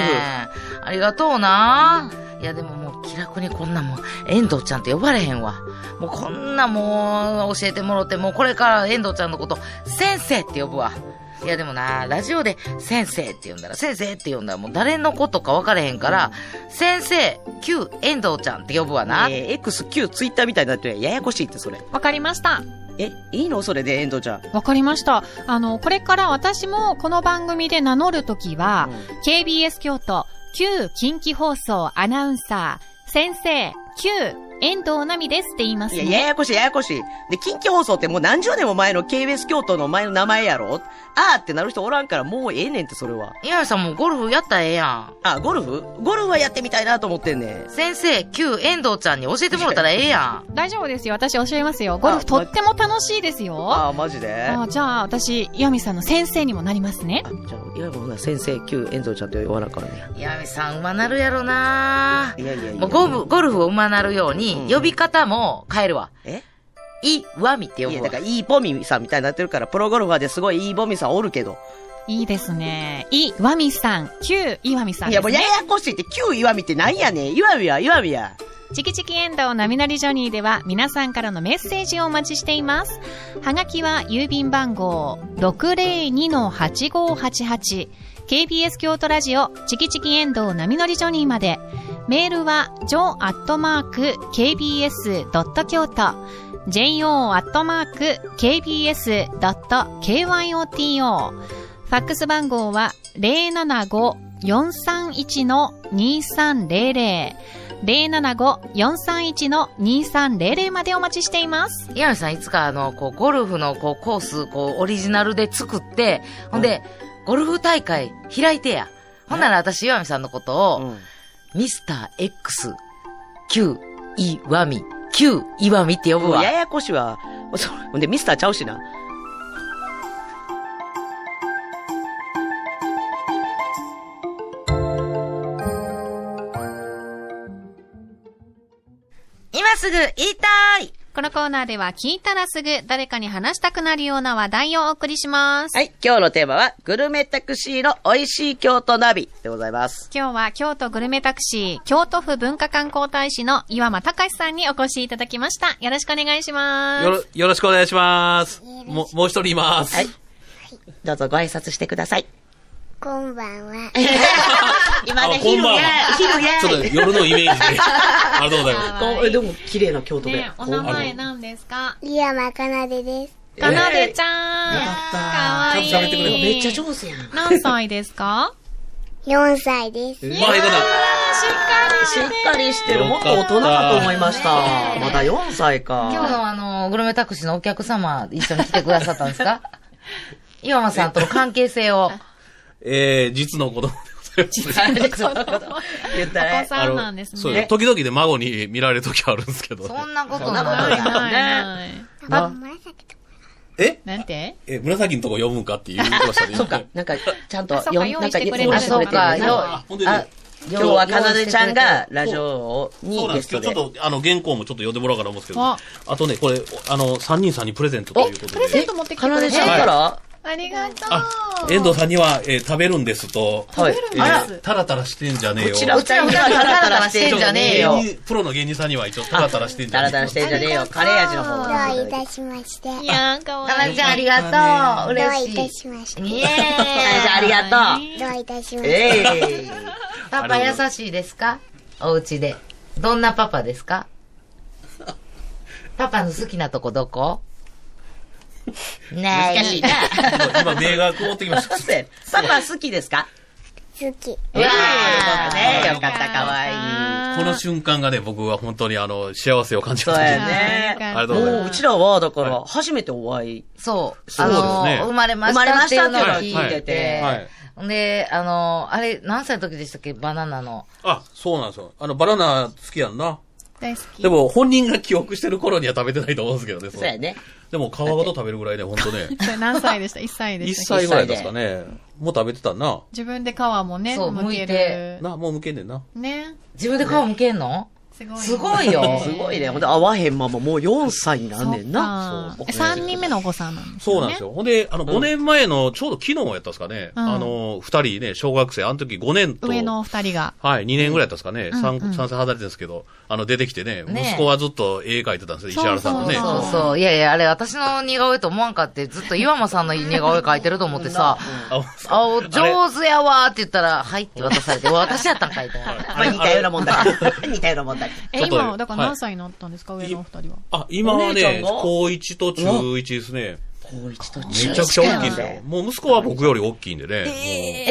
A: ありがとうな、いや、でももう気楽にこんなもん、遠藤ちゃんって呼ばれへんわ。もうこんなもう教えてもろって、もうこれから遠藤ちゃんのこと、先生って呼ぶわ。いやでもな、ラジオで先生って呼んだら、先生って呼んだらもう誰のことか分からへんから、先生、旧遠藤ちゃんって呼ぶわな。
C: えー、X、Q、ツイッターみたいになってるやんややこしいって、それ。
D: わかりました。
C: え、いいのそれで、遠藤ちゃん。
D: わかりました。あの、これから私もこの番組で名乗るときは、KBS 京都、旧近畿放送アナウンサー、先生、旧遠藤奈美ですって言います
C: いや、
D: ね。
C: ややこしい、ややこしい。で、近畿放送ってもう何十年も前の KBS 京都の前の名前やろあーってなる人おらんからもうええねんって、それは。
A: 岩井さんもゴルフやったらええやん。
C: あ、ゴルフゴルフはやってみたいなと思ってんねん。
A: 先生、旧遠藤ちゃんに教えてもらったらええやん。
D: 大丈夫ですよ。私教えますよ。ゴル
C: あ
D: フとっても楽しいですよ。
C: あー、マジで
D: あじゃあ、私、岩見さんの先生にもなりますね。
C: じゃあ、いわゆるほな先生、旧遠藤ちゃんって呼ばなあかんね
A: 岩見さん、馬なるやろな
C: やいやいや
A: もうゴルフ、ゴルフを馬なるように、呼び方も変えるわ。
C: え
A: い、わみって呼
C: いや、
A: ぶ
C: だ
A: わ
C: か。ら、いいボミさんみたいになってるから、プロゴルファーですごいいいボミさんおるけど。
D: いいですね。い、わみさん、旧岩見さん
C: い
D: で
C: や、
D: す
C: もうや
D: ね。
C: やこしいって、旧岩見ってなんやねん。岩見は、岩見や。
D: チキチキ遠藤波乗りジョニーでは皆さんからのメッセージをお待ちしています。はがきは郵便番号 602-8588KBS 京都ラジオチキチキ遠藤波乗りジョニーまで。メールは jo.kbs.kyoto jo.kbs.kyoto ファックス番号は075-431-2300 075-431-2300までお待ちしています。
A: 岩見さん、いつかあの、こう、ゴルフの、こう、コース、こう、オリジナルで作って、ほんで、ゴルフ大会開いてや。ほんなら私、岩見さんのことを、ミスター X、旧岩見、旧岩見って呼ぶ
C: もう
A: わ
C: や。やこしいわ。そうほんで、ミスターちゃうしな。
A: 今すぐ言いたい
D: このコーナーでは聞いたらすぐ誰かに話したくなるような話題をお送りします。
C: はい、今日のテーマは、グルメタクシーの美味しい京都ナビでございます。
D: 今日は京都グルメタクシー、京都府文化観光大使の岩間隆さんにお越しいただきました。よろしくお願いします。
E: よろ、よろしくお願いします。もう、もう一人います。
C: はいどうぞご挨拶してください。
F: こんばんは。
C: 今ね、
E: あこん
C: 昼
E: ばん
C: や
E: は、
C: 昼や。
E: ちょっと夜のイメージで。ありがとうございます。
D: 可愛い
C: こうでも、綺麗な京都で。
D: ねお名前何ですか
F: リアマカナデです。
D: かなでちゃん。
E: よかった
D: かわいい。
E: ちゃんと喋ってくれた
C: めっちゃ上手やん。し
D: 何歳ですか
F: 4歳です。
E: うまいことだ。
C: っかりしてる。もっと大人かと思いました。まだ4歳
A: 今日
C: か。
A: のあの、グルメタクシーのお客様、一緒に来てくださったんで すか岩間さんとの関係性を。
E: えー、実の子供でございます。
C: 言った
D: お子
C: ね。
E: あ
D: さん
E: の
D: なんです
E: そう
D: ね。
E: よ時々で孫に見られる時あるんですけどね。
A: そんなこと
D: は
A: ないい。
D: はいはい。
F: パパ、紫と
E: え
D: なんて
E: え、紫のとこ読むかって言ってましたね。
C: そっか、なんか、ちゃんと
D: あそっか
C: よん
D: 用
C: な
D: 意
C: ん
D: し
C: か
D: てくれ
C: 用
A: あ、
C: 意してく
A: そ
C: れ
A: う
C: てる
A: か、
E: よあほんでね
C: 今日はかなでちゃんがラジオに
E: そうなん
C: ゲ
E: です
C: ス
E: け
C: トで
E: ど、ち。ょっと、あの、原稿もちょっと読んでもらおうかなと思うんですけど、
D: あ
E: あとね、これ、おあの、三人さんにプレゼントということ
D: プレゼン
E: で、
D: ト持ってき
C: か
D: てく
C: な
D: れ
C: で
D: る
C: ちゃんから
D: ありがと
E: あ、
D: う。
E: 遠藤さんには、えー食べるんですと、
C: はい。
E: えータラタラしてんじゃねえよ。
C: ちら
A: うちら二人はタラタラしてんじゃねえよ
E: 芸人プロの芸人さんには一応タラタラしてんじゃ
C: ダ
E: ね
C: ラ
E: えよ。
C: ダラしてんじゃねえよ。カレー味の方
F: かどういたしまして。ど
D: いやー、かわ
A: かない
D: い。
A: でちゃんありがとう。
F: うい
A: 嬉
F: た
A: し
F: しまして。
A: い。
F: ど
A: イエー
C: あ
A: イ。
C: りがとう。
F: ういたしまして。
C: ええ
A: パパ優しいですかお家で。どんなパパで すかパパの好きなとこ どこな
C: 難しいな。
A: い。
E: 今、銘が曇ってきました。
C: パパ好きですか
F: 好き。
A: うわ
C: あね
A: ー
C: よかった、かわいい。
E: この瞬間がね、僕は本当にあの、幸せを感じま
C: そう
E: し
C: や
E: た。
C: ね。
D: あ
E: ありがとうござ
C: も
E: い
C: う、
E: ま
C: う
E: す。
C: ちらは、だから、初めてお会い。
A: そう。
E: そう
A: あの、
E: ですね
A: 生まれましたっていうのを聞いてて。
E: 生まれましたっていうのを聞いて
A: で、あの、あれ、何歳の時でしたっけバナナの。
E: あ、そうなんですよ。あの、バナナ好きやんな。
G: 大好き。
E: でも、本人が記憶してる頃には食べてないと思うんですけどね。
C: そうやね。
E: でも、皮ごと食べるぐらいで、ほんとね。
G: それ何歳でした ?1 歳で
E: 1
G: したっけ。
E: 歳ぐらいですかね。もう食べてたな。
G: 自分で皮もね、
A: そう
G: 剥け
A: 剥いて
G: る。
E: な、もうむけんねんな。
G: ね。
A: 自分で皮むけんの
G: すごいね。
A: すご いよ。
C: すごいね。ほんで、会わへんままもう4歳になんねんな。
G: な
E: そう
G: 3人目のお子さんなんです
E: そう
G: よね。
E: なんですよ。ほんで、あの、5年前の、ちょうど昨日やったんですかね。
G: うん
E: あの、2人ね、小学生、あの時5年と。
G: 上のお二人が。
E: はい、2年ぐらいやったんですかね。
G: ん
E: 三
G: うん
E: 3歳離れてるんですけど、あの、出てきてね、
A: ね
E: 息子はずっと絵描いてたんですよ、石原さんのね。
A: そうそう。いやいや、あれ、私の似顔絵と思わんかって、ずっと岩間さんの似顔絵描いてると思って さ、
E: あ
A: あ、お上手やわーって言ったら、はいって渡 されて、うわ私やったんかいと思って。
C: まあ、似たようなもんだ から。似たようなもんだから。
G: え、
E: ちょっと
G: 今、だから
E: はい
G: 何歳になったんですか、上のお二人は。
E: あ、今は
C: お姉ちゃん
E: ね、
C: が
E: 高1と中1ですね。
C: 高一と中
E: めちゃくちゃ大きいんですよ。もう息子は僕より大きいんでね。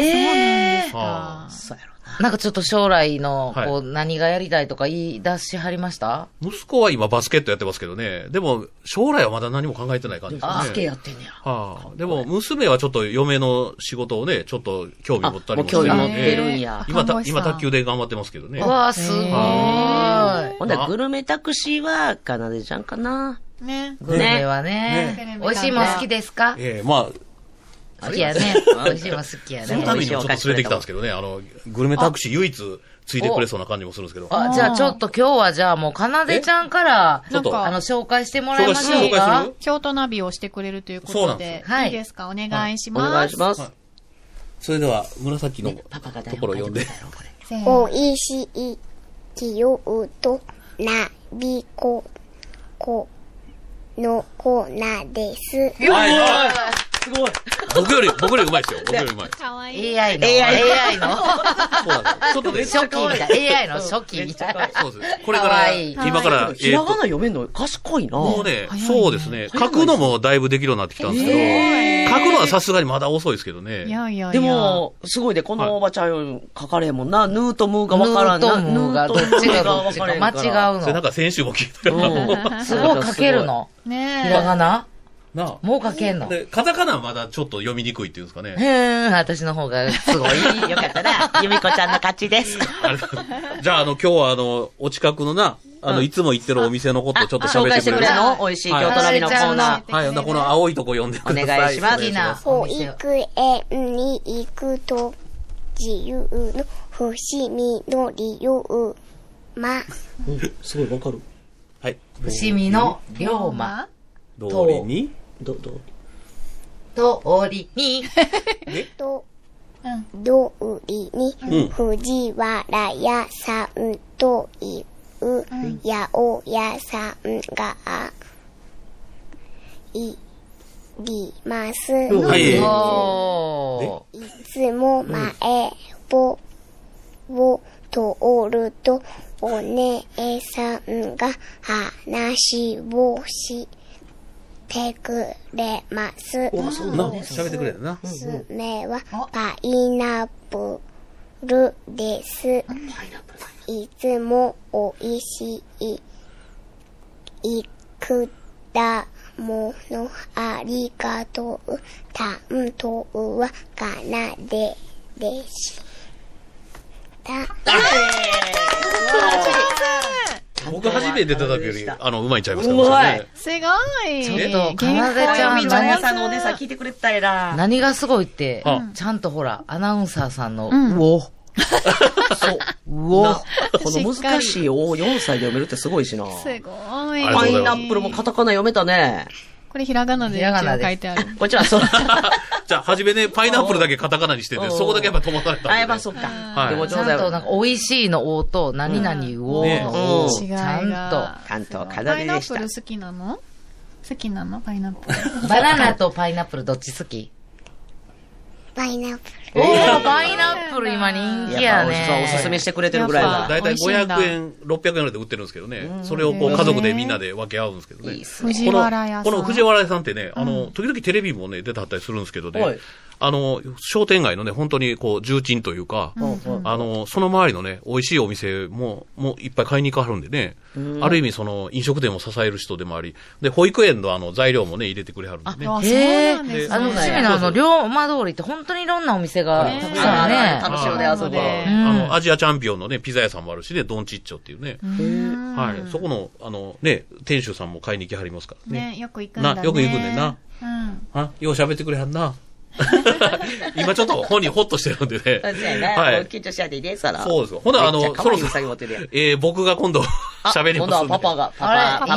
A: ええ
E: もうはあ
C: そうやろな。
A: なんかちょっと将来の、
E: はい
A: こう、何がやりたいとか言い出しはりました
E: 息子は今バスケットやってますけどね。でも、将来はまだ何も考えてない感じですね。
C: バスケやってんねや。
E: はあ、でも、娘はちょっと嫁の仕事をね、ちょっと興味持ったりもして
C: あもう興味持
E: ね
C: ってるんや
E: 今
G: 看
E: た
G: 護、師さん
E: 今卓球で頑張ってますけどね
A: う。わー、すごーい。
C: ほんならグルメタクシーは、かなでちゃんかな。
G: ね。
A: グルメはね
G: ね
A: 美味しいもん好きですか
E: ええまあ、
A: 好きやね。美味しいもん好きや
E: その
A: ね。
E: ためにもちょっと連れてきたんですけどね、あの、グルメタクシー唯一ついてくれそうな感じもするんですけど。
A: あ、じゃあちょっと今日はじゃあもう、かなでちゃんから、
E: ちょっと、
G: なんか
A: あの、紹介してもらいま
E: 紹介
A: しょ
E: する
A: う
E: 紹
A: か
E: 介する
G: 京都ナビをしてくれるというこ
E: そうな
G: と
E: ん
G: で
E: で、
A: すよはい
G: いいですかお願いし
C: お
G: ます。
C: 願いします。
E: それでは、紫のと
C: パパが台
E: ころ
C: 本
E: を
C: 書
E: 読
C: い
E: ん
C: てくれ。
E: で
C: たよこれ。
G: せーの
F: おいしい、清と、なびこ、こ、のこなです。
E: はい、すごい。僕より、僕よりうまいですよ。僕よりうまい。
G: かわいい。
A: AI の、AI の、
E: そうなんです。ちょっとね、
A: 初期みたい。AI の初期みたいな。
E: そうです。これか
A: かわ
E: ら、
A: いい
E: 今から、え
C: ひら
E: ー
C: がな
E: と、
C: 読めんの賢いな。
E: もうね、そうですね。書くのもだいぶできるようになってきたんですけど、書くのはさすがにまだ遅いですけどね。
G: いやいやいや。
C: で、も、すごいで、このおばちゃんより書かれへんもんな。ヌーとムーがわからん
A: ヌー
C: な。
A: トムーがどっちがどっちか間違う
E: それなん
A: の。
E: か先週も聞いたよな。
A: すごい書けるの。
G: ね
A: ひ
G: え。
A: らがな
E: なあ
A: もう書けんの。へ
E: で、カタカナはまだちょっと読みにくいっていうんですかね。
A: ーん、私の方がすごい。
C: よかったな。ゆみこちゃんの勝ちです。
E: あれじゃあ、あの、今日はあの、お近くのな、あの、いつも行ってるお店のことをちょっと
C: 紹
E: 喋っ
C: 介
E: て
C: して
E: く
C: く
E: れ
C: れ
E: る
C: るの美味しい京都並みのコーナー。
E: はい、ほんならこの青いとこ読んでください。
C: お願いします
A: 好き
E: お願いし
A: な
E: ます
A: お
F: 保
A: 店を。
F: 育園に行くと、自由の伏見の理由、ま、
C: すごいわかる。
E: はい。
A: 伏見の龍馬
E: 通りに、
C: ど、ど、
A: 通りに、
F: と、どうりに、
E: うん
F: 藤原屋さんという、八百屋さんが、いります。
E: はい。
A: お
F: いつも前を、を通ると、お姉さんが話をしてくれます。
E: な、喋ってくれるな。
F: 爪はパイナップルです。いつも美味しい。いくだものありがとう。担当はかなででした。
E: 僕初めて出た時より、あの、うまいんちゃいますか
C: うまい
E: ね。
G: すごい。
A: ちょっとかなで
G: 原稿
A: ちゃん
G: 読み上手
A: ゆみこ
C: さんのお姉さん聞いてくれたい
A: ー
C: な。
A: 何がすごいって
E: う、ん
A: ちゃんとほら、アナウンサーさんの、うんお。そう。うお。
C: この難しいおを4歳で読めるってすごいしな。
G: すごい。
E: ありがと
C: パ
E: うござ
C: イ
E: いま
C: ナ
E: す
C: ップルもカタカナ読めたね。
G: これひらがなで
A: ひらがな
G: 一
A: で
G: 応書いてある。
C: こっちはそう。
E: じゃあ、初めね、パイナップルだけカタカナにして
C: う
E: て、
C: ん
E: そこだけやっぱ止まされたんでね。
C: あ、やっぱそっか。
E: はい
C: でも
A: ち
C: 上
A: ゃ
C: 手
A: んと、な
C: や
A: んか、美味しいのおと、何々うおのお
C: うん
A: ちゃんと。
C: ちゃんとかな
G: パ
C: で
G: イナ
C: で
G: ッ
C: し
G: プ
C: た
G: ル。好きなの好きなのパイナップル。
A: バナナとパイナップルどっち好き
F: パイナップ
A: おー、パイナップル今人気
C: や
A: や
C: っぱおじさんお
A: ね。
C: すすめしてくれてるぐらい
G: やっ
C: だ
G: ぱ。
E: だいたい
G: 美味しいんだ
E: 500円、600円ぐらいで売ってるんですけどね。それをこう家族でみんなで分け合うんですけどね。
G: 藤原屋さん。
E: このこの藤原屋さんってね、あの、時々テレビもね、出てはったりするんですけど
C: は
E: ね
C: い、
E: あの、商店街のね、本当にこう、重鎮というか、あの、その周りのね、美味しいお店も、もういっぱい買いに行かはるんでね、ある意味その、飲食店を支える人でもあり、で、保育園のあの、材料もね、入れてくれはるんでね。
G: あ、そう
A: へえ
G: なんですね。
A: あの、伏見のあの、龍馬通りって本当にいろんなお店がたくさんね。
C: 楽しいよね、あそこ。
G: ね
E: あの、アジアチャンピオンのね、ピザ屋さんもあるしね、ドンチッチョっていうね。はい。そこの、あの、ね、店主さんも買いに来はりますからね。
G: ね、よく行くんだね。
E: なよく行くんだよな。
G: うん。
E: あ、よう喋ってくれはん な。今ちょっと本人ほっとしてるんでね。
C: そうや
E: は
C: な。もう
E: い。
C: 緊張しないでいいで、さら。
E: そうですよほなあの
C: めっちゃ可愛い
E: そろそろ
C: ウサギ持ってるやん。
E: えー、僕が今度 喋りま
C: 今
E: すんで。
C: 度はパパが、パパ、パパ、
E: ほ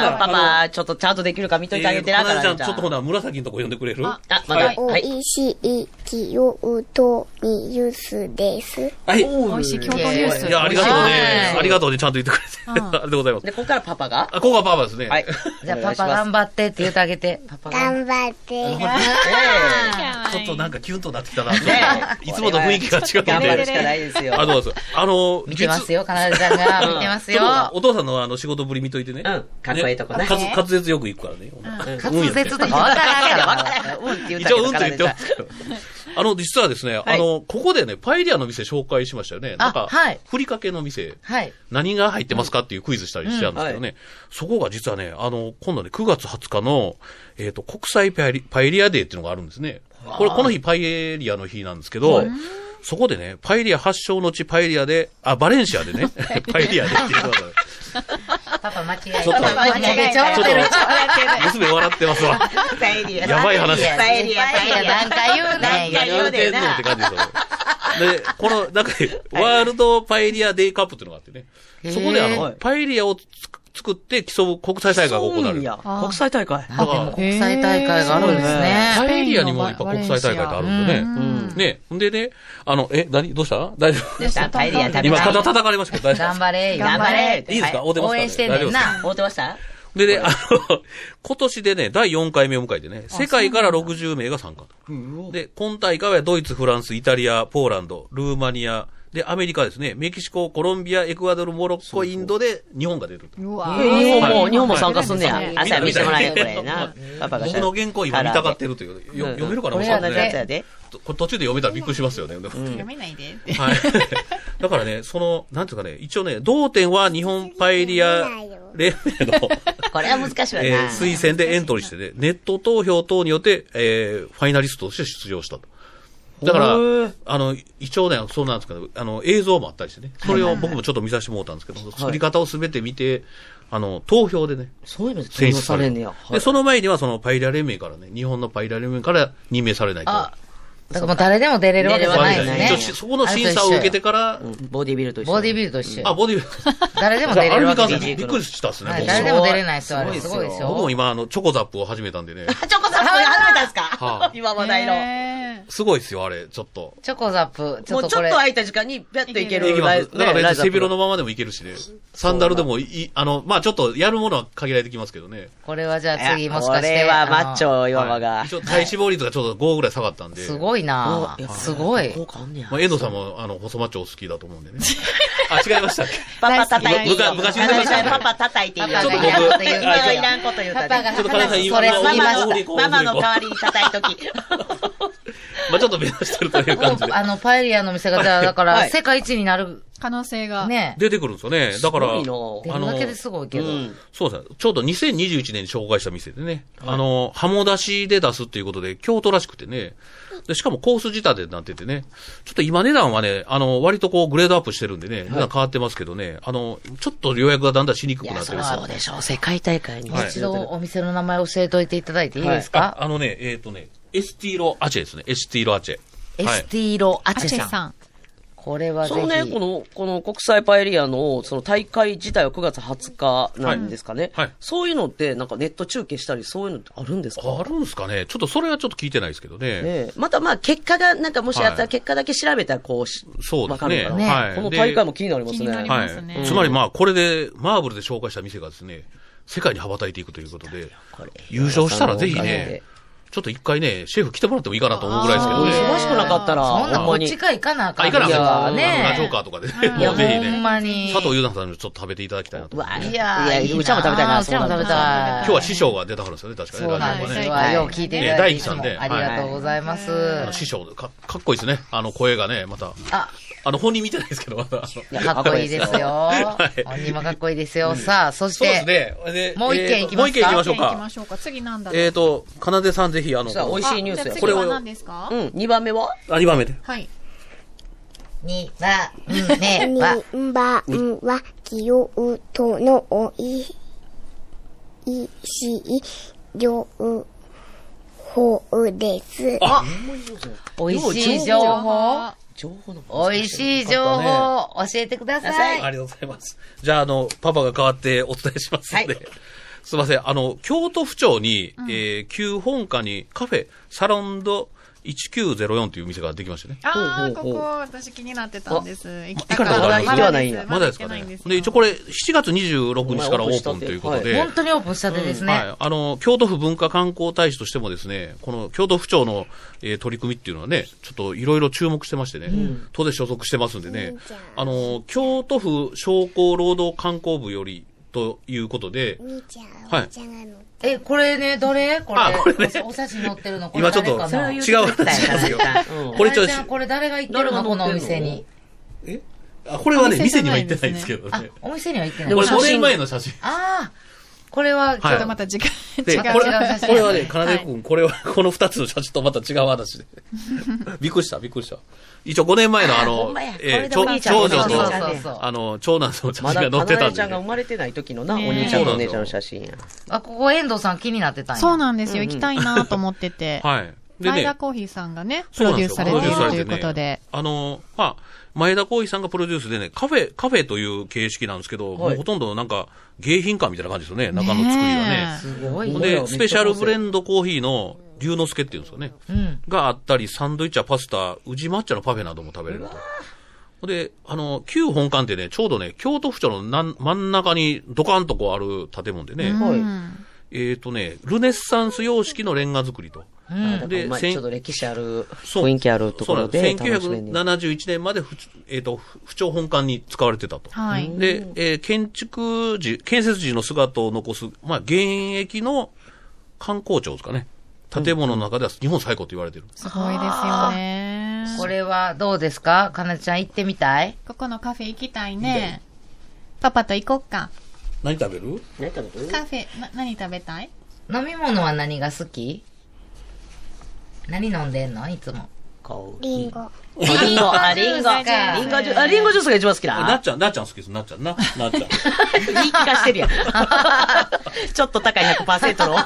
E: な
C: パ
E: あ
C: パ、ちょっとちゃんとできるか見といてあげてな、
E: えーかなでちゃ
C: か
E: ん、
C: なで
E: ちょっとほな、紫のとこ呼んでくれる
G: あ
C: あ、まだ、はい。
F: おいしい清とみゆすです。
E: はい。
G: 美味しい京都ニュース。
E: いや、ありがとう
A: は
E: ね。
A: い
E: ありがとうね。ちゃんと言ってくれて。 ありがとうございます。
C: で、ここからパパが
E: あ、ここがパパですね。
C: はい。
A: じゃあ
C: お願
A: パ
C: いしま
A: パ
C: す
A: 頑張ってって言ってあげて。パパ頑張
F: 頑張って。
E: ちょっとなんかキュンとなってきたな。ちょっ
C: ね
E: といつもと雰囲気が違うんで。
C: 頑張るしかないですよ。
E: あ、どうです。あの、
A: 見てますよ、かなでちゃんが。見てます
E: ちょっと
A: よ。
E: お父さんのあの仕事ぶり見といてね。
C: うんかっこいいとこね
E: ねかつ滑舌よく行くからね。
A: 滑舌とかわからんから。
C: うんって言った
E: 一
C: け
E: 応、う
C: ど、
E: んと言ってますけど。あの、実はですね、
C: い
E: あの、ここでね、パエリアの店紹介しましたよね。
A: あ
E: なんか、
A: はい
E: ふりかけの店。
A: はい。
E: 何が入ってますかっていうクイズしたりしてたんですけどね、
C: うんは
E: そこが実はね、あの、今度ね、9月20日の、えっ、と、国際パエリパエリアデーっていうのがあるんですね。これ、この日パエリアの日なんですけど、そこでね、パエリア発祥の地パエリアで、あ、バレンシアで ね、パエリアでっていうのが、
A: パパ間違えた。
E: ちょっと
A: パパ間違えちゃっ
E: ちょって
A: る。
E: と、娘笑ってます わ。
C: パエリア。
E: やばい話
C: パエリア、パエリア。
A: 何回言うねん。
C: いや
E: 何言うてんのって感じですよね。で、この、なんか、ワールドパエリアデイカップっていうのがあってね。そこであ
C: へ
E: の
C: ー、
E: パエリアをつく作って競う国際大会が行われる。だか
C: 国際大会。
A: あ、でも国際大会があるんですね。
E: らパエリアにもやっぱ国際大会があるんでね。ね。ほんでね、あの、え、何どうした大丈夫
G: でした
C: パエリア食べたい。
E: 今、肩叩かれましたけど大丈夫
A: 頑張れ、
C: 頑張れ。
E: いいですか大手ますか
A: 応援してんねんな。
C: 合うてました
E: でね、あの、今年でね、第4回目を迎えてね、世界から60名が参加と。で、今大会はドイツ、フランス、イタリア、ポーランド、ルーマニア、で、アメリカですね、メキシコ、コロンビア、エクアドル、モロッコ、インドで日本が出ると。
G: うわ
C: 日本
E: は
C: も、
E: い
C: 日本も参加すんねや
G: はい。
C: 朝見せてもらえよ、これな。パパが
E: 僕の原稿今見たがってるという、よ読めるかな、
C: もう
E: もう
C: そんなやつや
E: ね。
C: で。
E: とこれ途中で読めたらびっくりしますよね。
G: 読めないでって。
E: はい。だからね、その、なんていうかね、一応ね、同点は日本パエリア連盟の、
C: これは難しいわな。
E: えー推薦でエントリーしてね、ネット投票等によって、えーファイナリストとして出場したと。だから、あの、一応ね、そうなんですけど、あの、映像もあったりしてね、それを僕もちょっと見させてもらったんですけど、作り方をすべて見て、あの、投票でね、
C: そういうの
E: 選
C: 選
E: 出
C: 出
E: さ
C: さ
E: れ
C: れ
E: る。
C: んねや。
E: で、その前にはそのパイリア連盟からね、日本のパイリア連盟から任命されないと。
C: あ
A: だからもう誰でも出れるわけじゃないですね
E: 一応し。そこの審査を受けてから、
C: ボディビルと一緒。
A: ボディビルと一緒
E: あ、
A: よ。
E: ボディ
A: 誰でも出
E: ア
A: れ
E: ル
A: る
E: ミ
A: わ
E: カ
A: け
E: ン
A: じ
E: さ
A: ゃ
E: ん
A: な
E: びっ
A: い。
E: くりしたっすね、
A: はい
E: 僕
A: 誰でも出れないですよ、あ
C: すご
A: れ。
C: いです
A: す
C: よ
A: ごいです
E: 僕も
A: よ。
E: 今、あの、チョコザップを始めたんでね。
C: あ、チョコさん、これ始めたんす
E: は
C: か
E: あ
C: 今話題の。
G: え
E: すごいですよ、あれ、ちょっと。
A: チョコザップ、ち
C: も
A: ょ
C: うちょ
A: っと
C: っと
A: これ。
C: 空いた時間に、ぴゃっといけ
E: い
C: る
E: き
C: ラ
E: ま
C: イ
E: す。だから、
C: ライズアッ
E: 背
C: プ
E: 広のままでもいけるしね。サンダルでもいい、あの、まあちょっとやるものは限られてきますけどね。
A: これはじゃあ
C: い
A: 次
C: や
A: もしかして。
C: これはマッチ
A: あの。
C: ョ、岩場が
E: はい。一応、体脂肪率がちょっと5ぐらい下がったんで。
A: すごいな
C: おやっぱ
A: すごい。
C: 効果あんねや
E: まあ、遠藤さんも、あの、細マッチョお好きだと思うんでね。あ、違いましたっけ
C: パパ叩いていいよ。
E: む昔の話
C: パパ叩いていいよ。
A: パ
E: パが
C: いらんこと言う
A: い
C: いらん
A: らんこと言う
C: こと言うた
A: パ
C: で
A: パが、
E: ちょっと金井さん今
A: それ
E: 今
A: 言いま
C: マ
A: し
E: お
A: た
E: お。
C: マの、ママの代わりに叩いとき。
E: まあちょっと目指してるという感じで。
A: あの、パエリアの店が、じゃあ、だか
C: は
A: ら、
C: い
A: 世界一になる、
G: 可能性が。
A: ね。
E: 出てくるんですよね。だから、
C: すごい
A: 出るだけですごいけど。
C: うん
E: そうですね。ちょうど2021年に紹介した店でね、あの、ハモ出しで出すっていうことで、京都らしくてね、でしかもコース仕立てになっててね、ちょっと今値段はね、あの、割とこうグレードアップしてるんでね、値段変わってますけどね、あの、ちょっと予約がだんだんしにくくなってるんですよ。
C: でしょう。世界大会に
E: はい
A: 一度、お店の名前教えといていただいていいです
E: あ
A: か
E: あのね、えっ、とね、エスティーロアチェですね。エスティーロアチェ。
A: エ
E: は
A: ス
E: い。
A: ティーロア
G: ア
A: チ
G: チ
A: ェ
G: ェ
A: さん。
G: さん。
A: これはぜ
C: そ
A: ひ。
C: のね、この、この国際パエリアの、その大会自体は9月20日なんですかね。
E: はいはい
C: そういうのって、なんかネット中継したり、そういうのってあるんですか
E: あるんですかねちょっとそれはちょっと聞いてないですけどね。
C: ええまたまあ結果が、なんかもしあった
E: は
C: ら
E: い
C: 結果だけ調べたらこうし、
E: そうですね
C: わかるから、
A: ね
E: はい
C: この
E: で
C: 大会も気になります
G: 気になり
C: ね。
G: ま
E: は
G: すね
E: い。つまりまあ、これで、マーブルで紹介した店がですね、世界に羽ばたいていくということで、優勝したらぜひね、ちょっと一回ね、シェフ来てもらってもいいかなと思うぐらいですけ
C: 忙
E: どね。
C: しくなかったら、
A: そ
C: ほん
A: んなん
C: ま
A: こっ
C: に。
A: ちか行かなあか
E: あ、
A: ん
E: いかなあかん
A: や
E: ですよ。ラジオカ
A: ね
E: ーとかでね。
A: い
E: も
A: や、
E: うぜひ
A: ほん
E: ね。
A: まに。
E: 佐藤優奈さんにちょっと食べていただきたいなと。
C: うわ
A: いやー、
C: いや、うちらも食べたいな、
A: うちらも食べ
C: い。
A: たい。
E: 今日は師匠が出たからですよね、確かね。
A: そう
E: ラ
A: なん
E: ジオ
A: で
E: が
A: す
E: ね
A: よ。
G: はい
A: よう聞いていた
E: ね
A: だ
E: 大
A: い
E: 樹
A: て、
E: さんで
A: ありがとうございます。
E: あの師匠か、かっこいいですね。あの声がね、また。
A: あ、
E: あの、本人見てないですけど、また。あの
C: や
A: かっこいいですよ
E: はい。
A: 本人もかっこいいですよ。さあ、そし
E: そうです
A: て、
E: ね。で
A: もう一件
E: えー
A: いきますか
E: もう一件行きましょう
G: 行き
E: か
G: ま。しょうか。次なんだろう。
E: えっと、かなでさんぜひ、あの、
C: さあ美味しいニュースや
G: あじゃあ
E: こ
G: 次
E: れ
G: は
E: を
G: 何、ですか
C: うん、2番目は
E: あ、2番目で。
G: はい。
A: に、ば、ん、ね、ば、
F: にばんは清うとのおい、いしい、りょう、ほうです。
A: 美味しい情 報
G: あ
C: 情報の
A: 美味しい情報、教えてください。
E: ありがとうございます。じゃあ、あの、パパが代わってお伝えしますので。すいません。あの、京都府庁に、えー、旧本館にカフェ、サロンド1904という店ができましたね。
G: あー、
C: ほ
G: こ
C: うほうほ
G: こ、
C: う
G: 私気になってたんです。行きた
E: 行かれたことあります
G: だ
C: まだ行ってはないんや
E: まだですか
G: ま行っ
E: ね
G: てないん。ですよ
E: で、一応これ、7月26日からオープンということで。
A: 本当にオープンしたてですね。
E: はい。あの、京都府文化観光大使としてもですね、この京都府庁の、えー取り組みっていうのはね、ちょっといろいろ注目してましてね、都で所属してますんでね、あの、京都府商工労働観光部より、ということで、
F: みーちゃん、
E: はい
F: お茶が乗って
A: え、これね、どれこれ。
E: あこれね
A: おお写真載ってるの。これ
E: 今ちょっと
A: 誰かな
E: 違う話なんですよ
A: うん
E: これちょっ
A: あゃん
E: と、
A: これ誰が行ってるのこのお店に。
E: あこれはね、
G: お店じ
E: 店
G: ゃ
E: には
G: ない
E: 行っ
G: んで
E: てな
G: すね
E: いんですけどね。
A: あ、お店には行ってない。
E: これ
A: あ
E: 5年前の写真。
A: あー、これは、ちょ
E: は
G: ちょ
A: っ
E: い
G: っとまた時間、
E: で、
G: 違
E: こ
G: う
E: れ、
G: 違
E: こ
G: う写真
E: れはね、かなで君、これは、この二つの写真とまた違う話で。びっくりした、びっくりした。一応5年前のあ
C: ほん
E: の
C: まや、これ
E: えー
C: でお兄ちゃん
E: 長女
A: そうそうそうそ
E: と、
A: う
E: あの、長男の写真
C: まだ、
E: が載
C: か
E: って
C: な
E: た
C: え
E: ん
C: ちゃ
E: で
C: んが生
E: ね。
C: まれてない時のな、お
G: ねえ
C: 兄ちゃんとお姉ちゃんの写真や。
A: あ、ここ遠藤さん気になってたんや。
G: そうなんですよ。
C: うんうん
G: 行きたいなと思ってて。
E: はい。
G: 前田コーヒーさんがね、プロデュースされているということで。
E: あの、まあ、前田浩一さんがプロデュースでね、カフェ、カフェという形式なんですけど、
C: い
E: もうほとんどなんか、迎賓館みたいな感じですよね、中の作りがね
G: ね。
A: すごい
E: ほん
A: ね。
E: で、スペシャルブレンドコーヒーの龍之介っていうんですかね。
A: うん。
E: があったり、サンドイッチやパスタ、宇治抹茶のパフェなども食べれると。ほんで、あの、旧本館ってね、ちょうどね、京都府庁のなん真ん中にドカンとこうある建物で
C: は
E: ね、
C: い
G: うん
E: えっ、とね、ルネッサンス様式のレンガ作りと。
C: あ
E: で
C: ほんまに
E: せん
C: ちょっと歴史ある、
E: そう
C: 雰囲気あるところで、
E: そうなんです。1971年まで府、えーと、府庁本館に使われてたと。
G: はい。
E: で、えー建築時、建設時の姿を残す、まあ、現役の観光庁ですかね。建物の中では日本最高と言われてる。
G: すごいですよね。
A: これはどうですかかなでちゃん行ってみたい
G: ここのカフェ行きたいね。パパと行こっか。
E: 何食べる
C: 何食べる
G: カフェ、な、何食べたい
A: 飲み物は何が好き何飲んでんのいつも。
F: リンゴ。
C: リンゴ、あ、リンゴ。
A: ジュース
C: リンゴジュース、あ、リンゴジュースが一番好き
E: な
C: だ
E: っ。ちゃん、なっちゃん好きです、なっちゃん、な、なっちゃん。
C: 言い聞か してるやん。ちょっと高い100%の。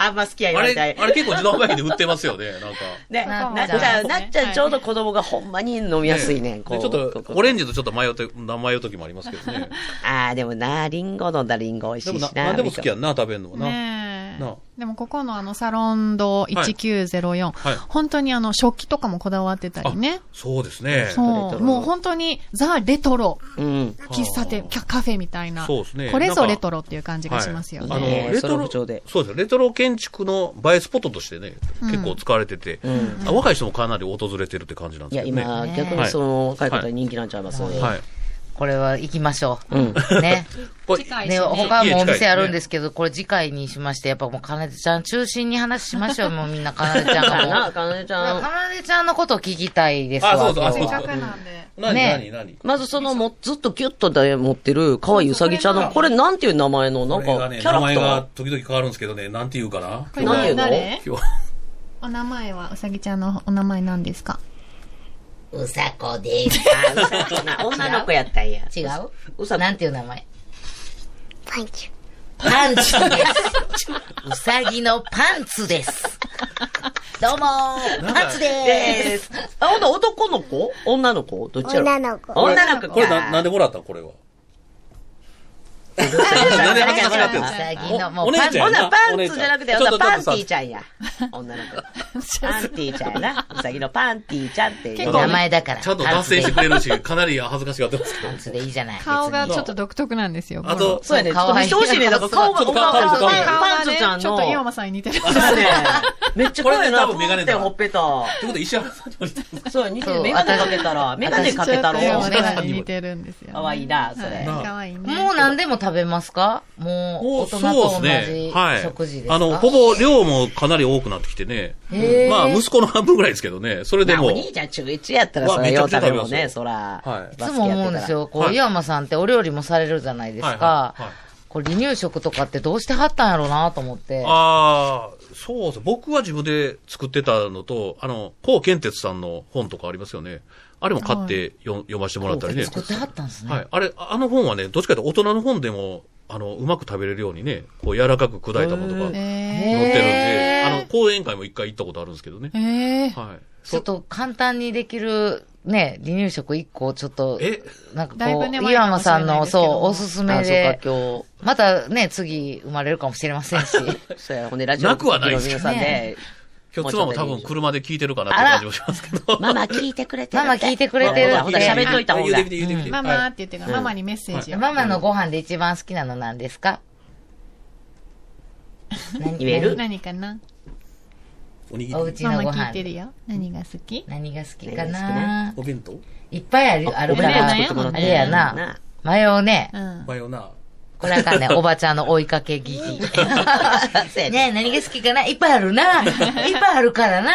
C: あんま好きや言わ
E: あ
C: れ
E: れ、
C: たい。
E: あれ結構自動販売機で売ってますよね、なんか。
C: ね、
A: な
C: なっちゃん、なっちゃ
G: は
C: ん
G: い
C: ちょうど子供がほんまに飲みやすいねん。こ
E: で
C: う
E: ちょっ、
C: ことう
E: オレンジとちょっと迷うて、迷う時もありますけ どね。
C: ああ、でもな、リンゴ飲んだらリンゴ美味
E: で
C: し
E: も
C: いし
E: な、
C: な。
E: 何でも好きやんな、食べるのはな。
G: ねえ
E: なあ
G: でもここのあのサロンド1904、
E: はい
G: 本当にあの食器とかもこだわってたりね。
E: そうですね。
G: そ
C: レト
G: う。
C: ロ
G: もう本当にザ・レトロ
C: うん。
G: 喫茶店、キャカフェみたいな。
E: そうですね
G: これ
E: な
G: ぞ
E: んか
G: レトロっていう感じがしますよね。
E: はい
C: ね
E: あの、レ
C: そ
E: ト
C: れ
E: ロ、
C: 不調で
E: そうですよレトロ建築の映えスポットとしてね、結構使われてて、あ若い人もかなり訪れてるって感じなん
C: い
E: で
C: や、
E: すけどね。
C: 今、逆にその若い方に人気なんちゃいます
E: はい。
A: これは行きましょう。
C: うん
A: ね。
E: これ
G: 近い
A: ね、
G: しね。
A: 他もお
E: 家近いです
A: 店
E: ね
A: あるんですけど、これ次回にしまして、やっぱもうかなでちゃん中心に話しましょう。もうみんなかなでちゃ
C: だ
A: ん
C: か
A: が
C: ら
A: も
C: な、
A: う。
C: かなでちゃ
A: か
C: ん。
A: なでちゃんのこと聞きたいですわ。
E: あ、そうそう、あ、
A: 今
E: そ
A: 日
E: う
A: は
E: そう。
G: なんで。
E: 何、
A: ね
E: 何、何
C: まずそのもうずっとキュッとで持ってる可愛いうさぎちゃんの、これなんていう名前の、なん
E: これ
C: か
E: が、ね、
C: キャラ
E: 名前
C: クター
E: が。時々変わるんですけどね、なんて言うかな
G: これ
E: 今日
C: なんて
E: は
C: 言うの
G: 誰
E: 今日は
G: お名前は、うさぎちゃんのお名前なんですか
A: うさこです。
C: 女の子やったんや。
A: 違う
C: うさこ
A: なんていう名前
F: パンチ。
A: パンチです。うさぎのパンツです。どうもーパンツで
C: です。あ、ほんと男の子女の子どっちやろ
F: 女の子
C: 女の子か。
E: これな、なんでもらったのこれは。なんで話がってんの
A: 最近の、も
E: お
A: う
E: 姉
A: パン、
E: ちゃん
A: ほ
E: やな
A: な、パンツじゃなくて、
E: お姉ちゃん
A: ほなパンティーちゃんや。
C: 女 の子。パンティーちゃんやな。うさぎのパンティーちゃんっていう
E: 結
A: 名
E: 構
A: 前だから。
E: ちゃんと
A: パン
E: 脱
A: ツで
E: 線してくれるし、かなり恥ずかしがってますけど
A: パ。ンツでいいじゃない。
G: 顔が
A: 別
G: ち
A: に
G: ょっと独特なんですよ。
E: あと、
C: そうやね。ちょっと見してほしいね。だから顔が、
E: ちょっと顔見せて
C: パン
E: 顔
C: パンチョちゃんの。
G: ちょっと岩間さんに似てる。
C: そうやね。め っちゃ怖いな。
E: これね多分メガネ
C: ポン
E: だ
C: ってほっぺた。
E: ということで石原さんに似てる
C: そうや、似てる。メガネかけたら、メガネかけたら、
G: ちょ
C: 面
G: っと
C: 白
G: 岩間
C: い
G: さんに似てるんですよ、ね。
C: 可愛いなそれ
E: な
G: 可愛いね。
A: もう何でも食べますかもう、
E: も
A: 大
E: う
A: 人
E: そ
A: と同
E: うですね。
A: じ
E: はい。
A: 食事ですか
E: あの、ほぼ量もかなり多くなってきてね。
A: へー
E: まあ、息子の半分ぐらいですけどね。それで
C: まあ
E: も
C: お
E: う。
C: 兄ちゃん中1やったら、
E: うわ
C: それよう食べも
E: めっちゃ食べます
C: ね、
E: よ
C: そら。
E: はい
A: いつも思うんですよ。こ
E: は
A: う、
E: い
A: 岩間さんってお料理もされるじゃないですか
E: はいはいはい。
A: こう、離乳食とかってどうしてはったんやろうなと思って。
E: ああ、そうです。僕は自分で作ってたのと、あの、高健哲さんの本とかありますよね。あれも買ってよ、読ませてもらったりね。
A: 作ってはったんですね。
E: はい。あれ、あの本はね、どっちかというと大人の本でも、あの、うまく食べれるようにね、こう柔らかく砕いたものとか載っ
G: え
E: てるんで
A: へ、ー
E: あの、講演会も一回行ったことあるんですけどね
G: ー、。えー、
E: はい。
A: ちょっと簡単にできる、ね、離乳食1個、ちょっと、
E: え
A: なんか
G: だい
A: こ
G: ぶね
A: う、岩間さんの、
G: 前かもしれないですけ
A: そう
G: ども、
A: おすす
C: あ、
A: め
C: そうか
A: で、、
C: 今日。
A: またね、次生まれるかもしれませんし。
C: そうや、ほんで、ラジオ。
E: なくはないですけ
C: 皆
E: ど
C: さんね。
E: 今日妻も多分車で聞いてるかなって
A: あら
E: 感じもしますけど。
C: ママ聞いてくれてる
A: マ
C: って。
A: マ聞いてくれてる
C: ほ ら
A: っ
C: ほら喋っと
A: て。
C: いた方が
E: 言うてみて言うてみて。
G: ママって言ってから、ママにメッセージを。
A: ママのご飯で一番好きなの何ですか何
C: 言える
G: 何かな
E: おにぎ
A: お
E: り
A: う。ち
G: マ
A: の
G: マ
A: ご
G: 聞い
A: 飯
G: て。るよ。何が好き
A: 何が好きかな
E: お弁当
A: いっぱいある、ある
C: お
A: か
C: 弁当
A: ら。
C: 作ってもらって
A: あれやな。マヨね
G: う。ん。
E: マヨナ
A: これあかんね。おばちゃんの追いかけ聞 き。
C: そうやね。
A: ねえ、何が好きかないっぱいあるな。いっぱいあるからな。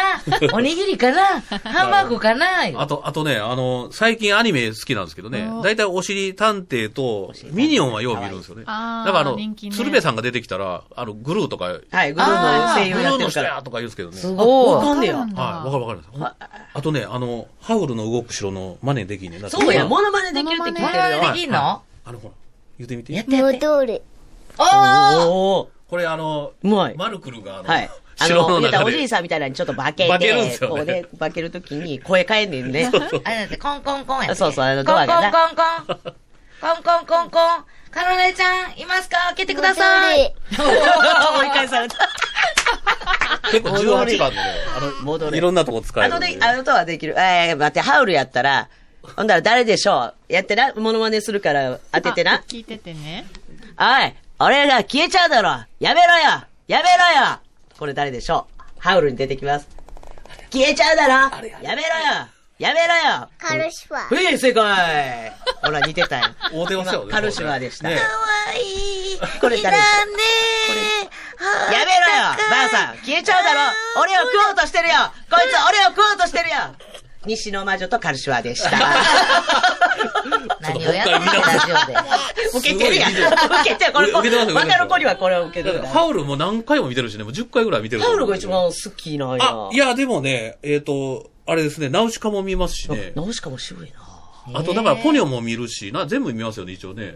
A: おにぎりかな。ハンバーグかな。
E: あと、あとね、あの、最近アニメ好きなんですけどね
G: お、
E: だいたいお尻探偵とミニオンはよう見るんですよね。だ
G: あー
E: からあの、
G: 人気ね
E: 鶴瓶さんが出てきたら、あの、グルーとか、グル
C: はい、グルーの声優やっ
E: ー
C: て
E: の
C: る
E: 人
C: か
E: や
C: ら。
E: とか言うんですけどね。
A: す
E: はい、
A: ごい。
C: わかんねえよ。
E: わかるわかるんです。あとね、あの、ハウルの動く城の真似できんねんな。
C: そうや、
E: も
C: モノマネできるって聞いて
A: モノマネ
C: るよ。
A: できんの
E: あの、ほら、言ってみ。
A: やっててやって。
F: 戻る。
A: おー
C: おー。
E: これあの、
C: うまい
E: マルクルがあの、
C: はい。あ
E: 城
C: の、
E: の
C: 言うた
E: 中
C: らおじい
E: で。
C: さんみたいなのにちょっと化けて、
E: 化けるんですよ
C: こ
E: ね
C: うね、化けるときに声変えんねんね。
A: あれだって、コンコンコンやって
C: そうそうあのドアがな
A: コンコンコンコン。コンコンコンコン。カロレちゃん、いますか開けてください。
C: 追い返された。
E: 結構18番でね、あ
C: 戻
E: の、
C: れ
E: いろんなとこ使え
C: あ
E: る
C: の
E: んで。
C: で、あのとはできる。えー、待って、ハウルやったら、ほんだら誰でしょうやってな、モノマネするから当てて
G: あ
C: な。
G: 聞いててね。
C: おい、俺が消えちゃうだろやめろよやめろよこれ誰でしょうハウルに出てきます。消えちゃうだろやめろよやめろよ
F: カルシファー。か
C: ふい、正解ほら、似て たよ。
E: 大手をしたよね。
C: カルシファーでした
E: ね
F: わいい。
C: これ誰でしょう
F: ね
C: やめろよばあさん消えちゃうだろ俺を食おうとしてるよこいつは俺を食おうとしてるよ西の魔女とカルシュワで した。
A: 何をやってんのラジオで。
C: 受けてるやん。
E: すごい見て
C: 受けてる。これ、
E: 受けてますよ
C: 若の子にはこれを受け
E: だ
C: て
E: か
C: る
E: ら。ハウルも何回も見てるしね、もう10回ぐらい見てる。
C: ハウルが一番好きなんや。
E: あ、いや、でもね、えっ、と、あれですね、ナウシカも見ますしね。
C: 直しかも渋いな。
E: あと、だから、ポニョも見るし、な、全部見ますよね、一応ね。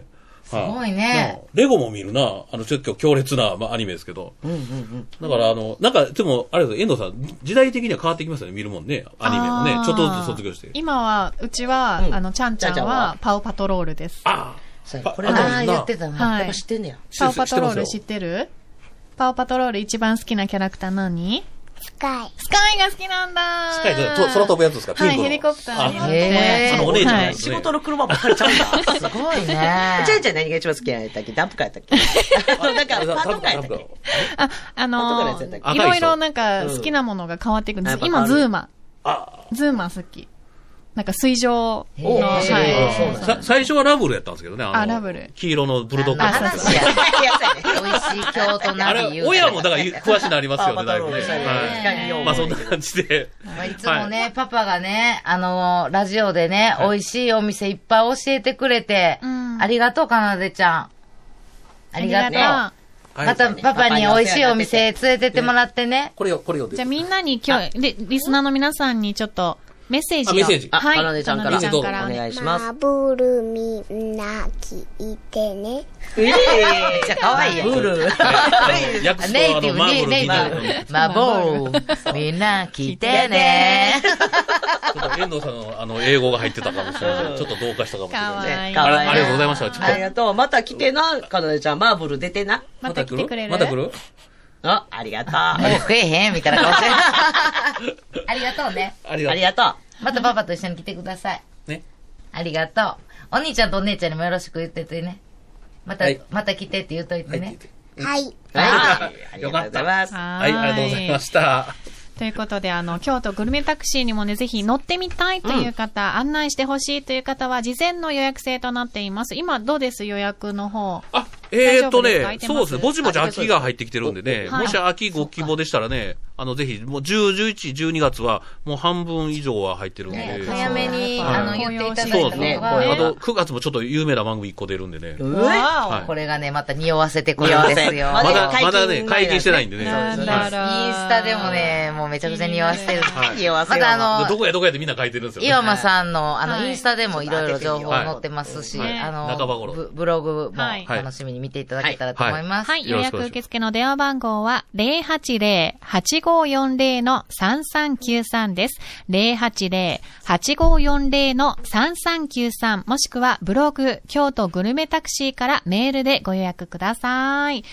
E: す
A: ごいね。
E: レゴも見るな。あの、ちょっと強烈な、まあ、アニメですけど。うんうんうん。だから、あの、なんか、でも、あれです、遠藤さん、時代的には変わってきますよね、見るもんね。アニメも
G: あ
E: ね
G: ー。
E: ちょっとずつ卒業して。
G: 今は、うちは、
C: うん
G: あの、ちゃんちゃ
C: ちゃん
G: ん
C: ちゃんは
G: は、パオパトロールです。
E: あ
A: そう
E: あ
A: これ
E: あ
A: あ
E: と
A: あー、
E: な
A: 言ってたな。
G: は
C: やっ
G: い
C: ぱ。知ってんねや。
E: 知って
G: パ
E: ま
G: オ
E: すよ
G: パトロール知ってるパオパトロール一番好きなキャラクター何
F: 深い。
G: スカイが好きなんだ
E: スカイってと空飛ぶやつですかピン
G: は
E: ク
G: い、
E: の
G: ヘリコプター
E: あ
G: に乗って
A: へー
E: あのお姉ちゃんの
G: は
E: や
G: い
E: つ
C: 仕事の車ばっかりちゃう んだ。
A: すごいね。
C: ちゃんちゃん何が一番好きなんやったっけダンプカーやったっけあ なんか、パトカーやったっけ
G: あ、あ
C: 後からや
G: の
C: つやったっ
E: け
G: ー、いろいろなんか好きなものが変わっていくんで
C: う
G: す
C: ん。
G: 今、ズーマ。
E: あ
G: ズーマ好き。なんか水上の、
A: お
G: は
A: ー
E: そうなん
G: い。
E: ださ最初はラブルやったんですけどね。の
G: あラブル
E: 黄色のブルドッグ
A: あ
E: やったんですけど
A: 話や。
C: いやそうやね
A: 美味しい京都
E: あ
A: 鍋
E: れ、
A: 言う
E: 親もだ
A: ら。
E: から詳しくなりますよ
C: パト
E: ね、だい
C: ロ
E: ぶ
C: ー
E: ね。
C: ルしたりね
E: は
C: 確かに
E: い。まあそんな感じで。
A: まあいつもね、パパがね、あのーラジオでね、
E: はい
A: 美味しいお店いっぱい教えてくれて、
G: うん
A: ありがとう、かなでちゃん。ありがとう。
G: あ
E: はい。
A: また、
E: はい
A: パパに美味しいお店連れてってもらってね。
E: これよ、これよ。
G: じゃあみんなに今日、で、リスナーの皆さんにちょっと、
D: メッセージを。
E: あメッセージ
C: あ、
D: はい。
C: かなでちゃんから
E: かなでちゃん
C: お
E: から
C: 願いします。
F: まぶるみんな聞いてね。
A: ええめっちゃ可愛いやん。
E: ブ ル訳すと
A: ネイティ
E: あ
A: ブ、
E: のマ
A: ネ
E: ーブ
A: イ
E: ルみんな
A: ティブ。マボー。みんな聞いてね。
E: ちょっと遠藤さんのあの英語が入ってたかもしれません。ちょっと同化したかもしれ
G: か
E: ま
G: わ
E: せん。
G: いい。
C: か
E: あ
C: わ
E: れ
C: いい
E: ありがとうございました。ちょっ
C: ありがとう。また来てな、かなでちゃん。マーブル出てな。
E: と
G: また来てくれる
E: また来る
C: あ、ありがとう。
A: もう食えへんみたいな顔して。 ありがとうね。
E: ありが
C: あ
E: と
C: り
E: う。
C: がとう。
A: またパパと一緒に来てください。
E: ね。
A: ありがとう。お兄ちゃんとお姉ちゃんにもよろしく言っててね。また、
E: はい
A: また来てって言うといてね。
F: はい。
C: ああり
E: よ
C: が
E: か
C: と
E: っ
C: うご
E: た
C: ざいます。
E: はい、ありがとうございました。
D: ということで、あの、京都グルメタクシーにもね、ぜひ乗ってみたいという方、案内してほしいという方は、事前の予約制となっています。今、どうです予約の方。
E: あ、えーっと
D: 大丈夫ですか空
E: ね
D: い、てます
E: そうですね、ぼちぼち秋が入ってきてるんでね、
D: はい
E: もし秋ご希望でしたらね、あの、ぜひ、もう10、11、12月は、もう半分以上は入ってるんで。
A: ね早めに、
E: はい
A: あの、言っていただいた
E: そう
A: の
E: で
A: が、
E: すね。あと、9月もちょっと有名な番組1個出るんでね。
C: うえ
D: わ
E: はい
A: これがね、また匂わせてくるんですよ。
E: ま
C: 匂わせ
E: だ、ま
C: 解禁前なんです
E: だね、
C: ね
E: 解禁してないんでね。
D: なん
E: そうです
D: だ
E: は
D: ろ。
E: いう
A: インスタでも。ね、もうめちゃくちゃ匂わせてる。
E: はい
C: 匂わせ
A: ま
C: ような
A: たあ
E: ど
A: の、
E: こやどこやってみんな書いてるんですよ
A: 岩
E: ね。
A: 間さんの、あの、
D: はい
A: インスタでもいろいろ情報
E: はい
A: 載ってますし、
D: はい
A: あの
E: 中場頃
A: ブ、ブログも
D: はい
A: 楽しみに見ていただけたらと思います。
D: はい、
E: よ
D: 予
E: ろし
D: 約
E: くお願いします
D: 受付の電話番号は、080-8540-3393です。080-8540-3393もしくは、ブログ、京都グルメタクシーからメールでご予約ください。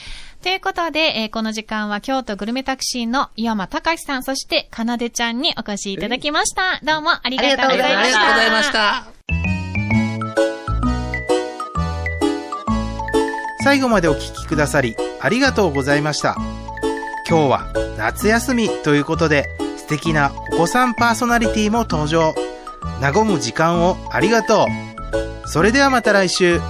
D: ということで、えーこの時間は京都グルメタクシーの岩間隆さん、そしてかなでちゃんにお越しいただきました。どうもありがとうございま
A: ありがと
D: した。。
A: うございました
B: 最後までお聞きくださりありがとうございました今日は夏休みということで素敵なお子さんパーソナリティも登場和む時間をありがとうそれではまた来週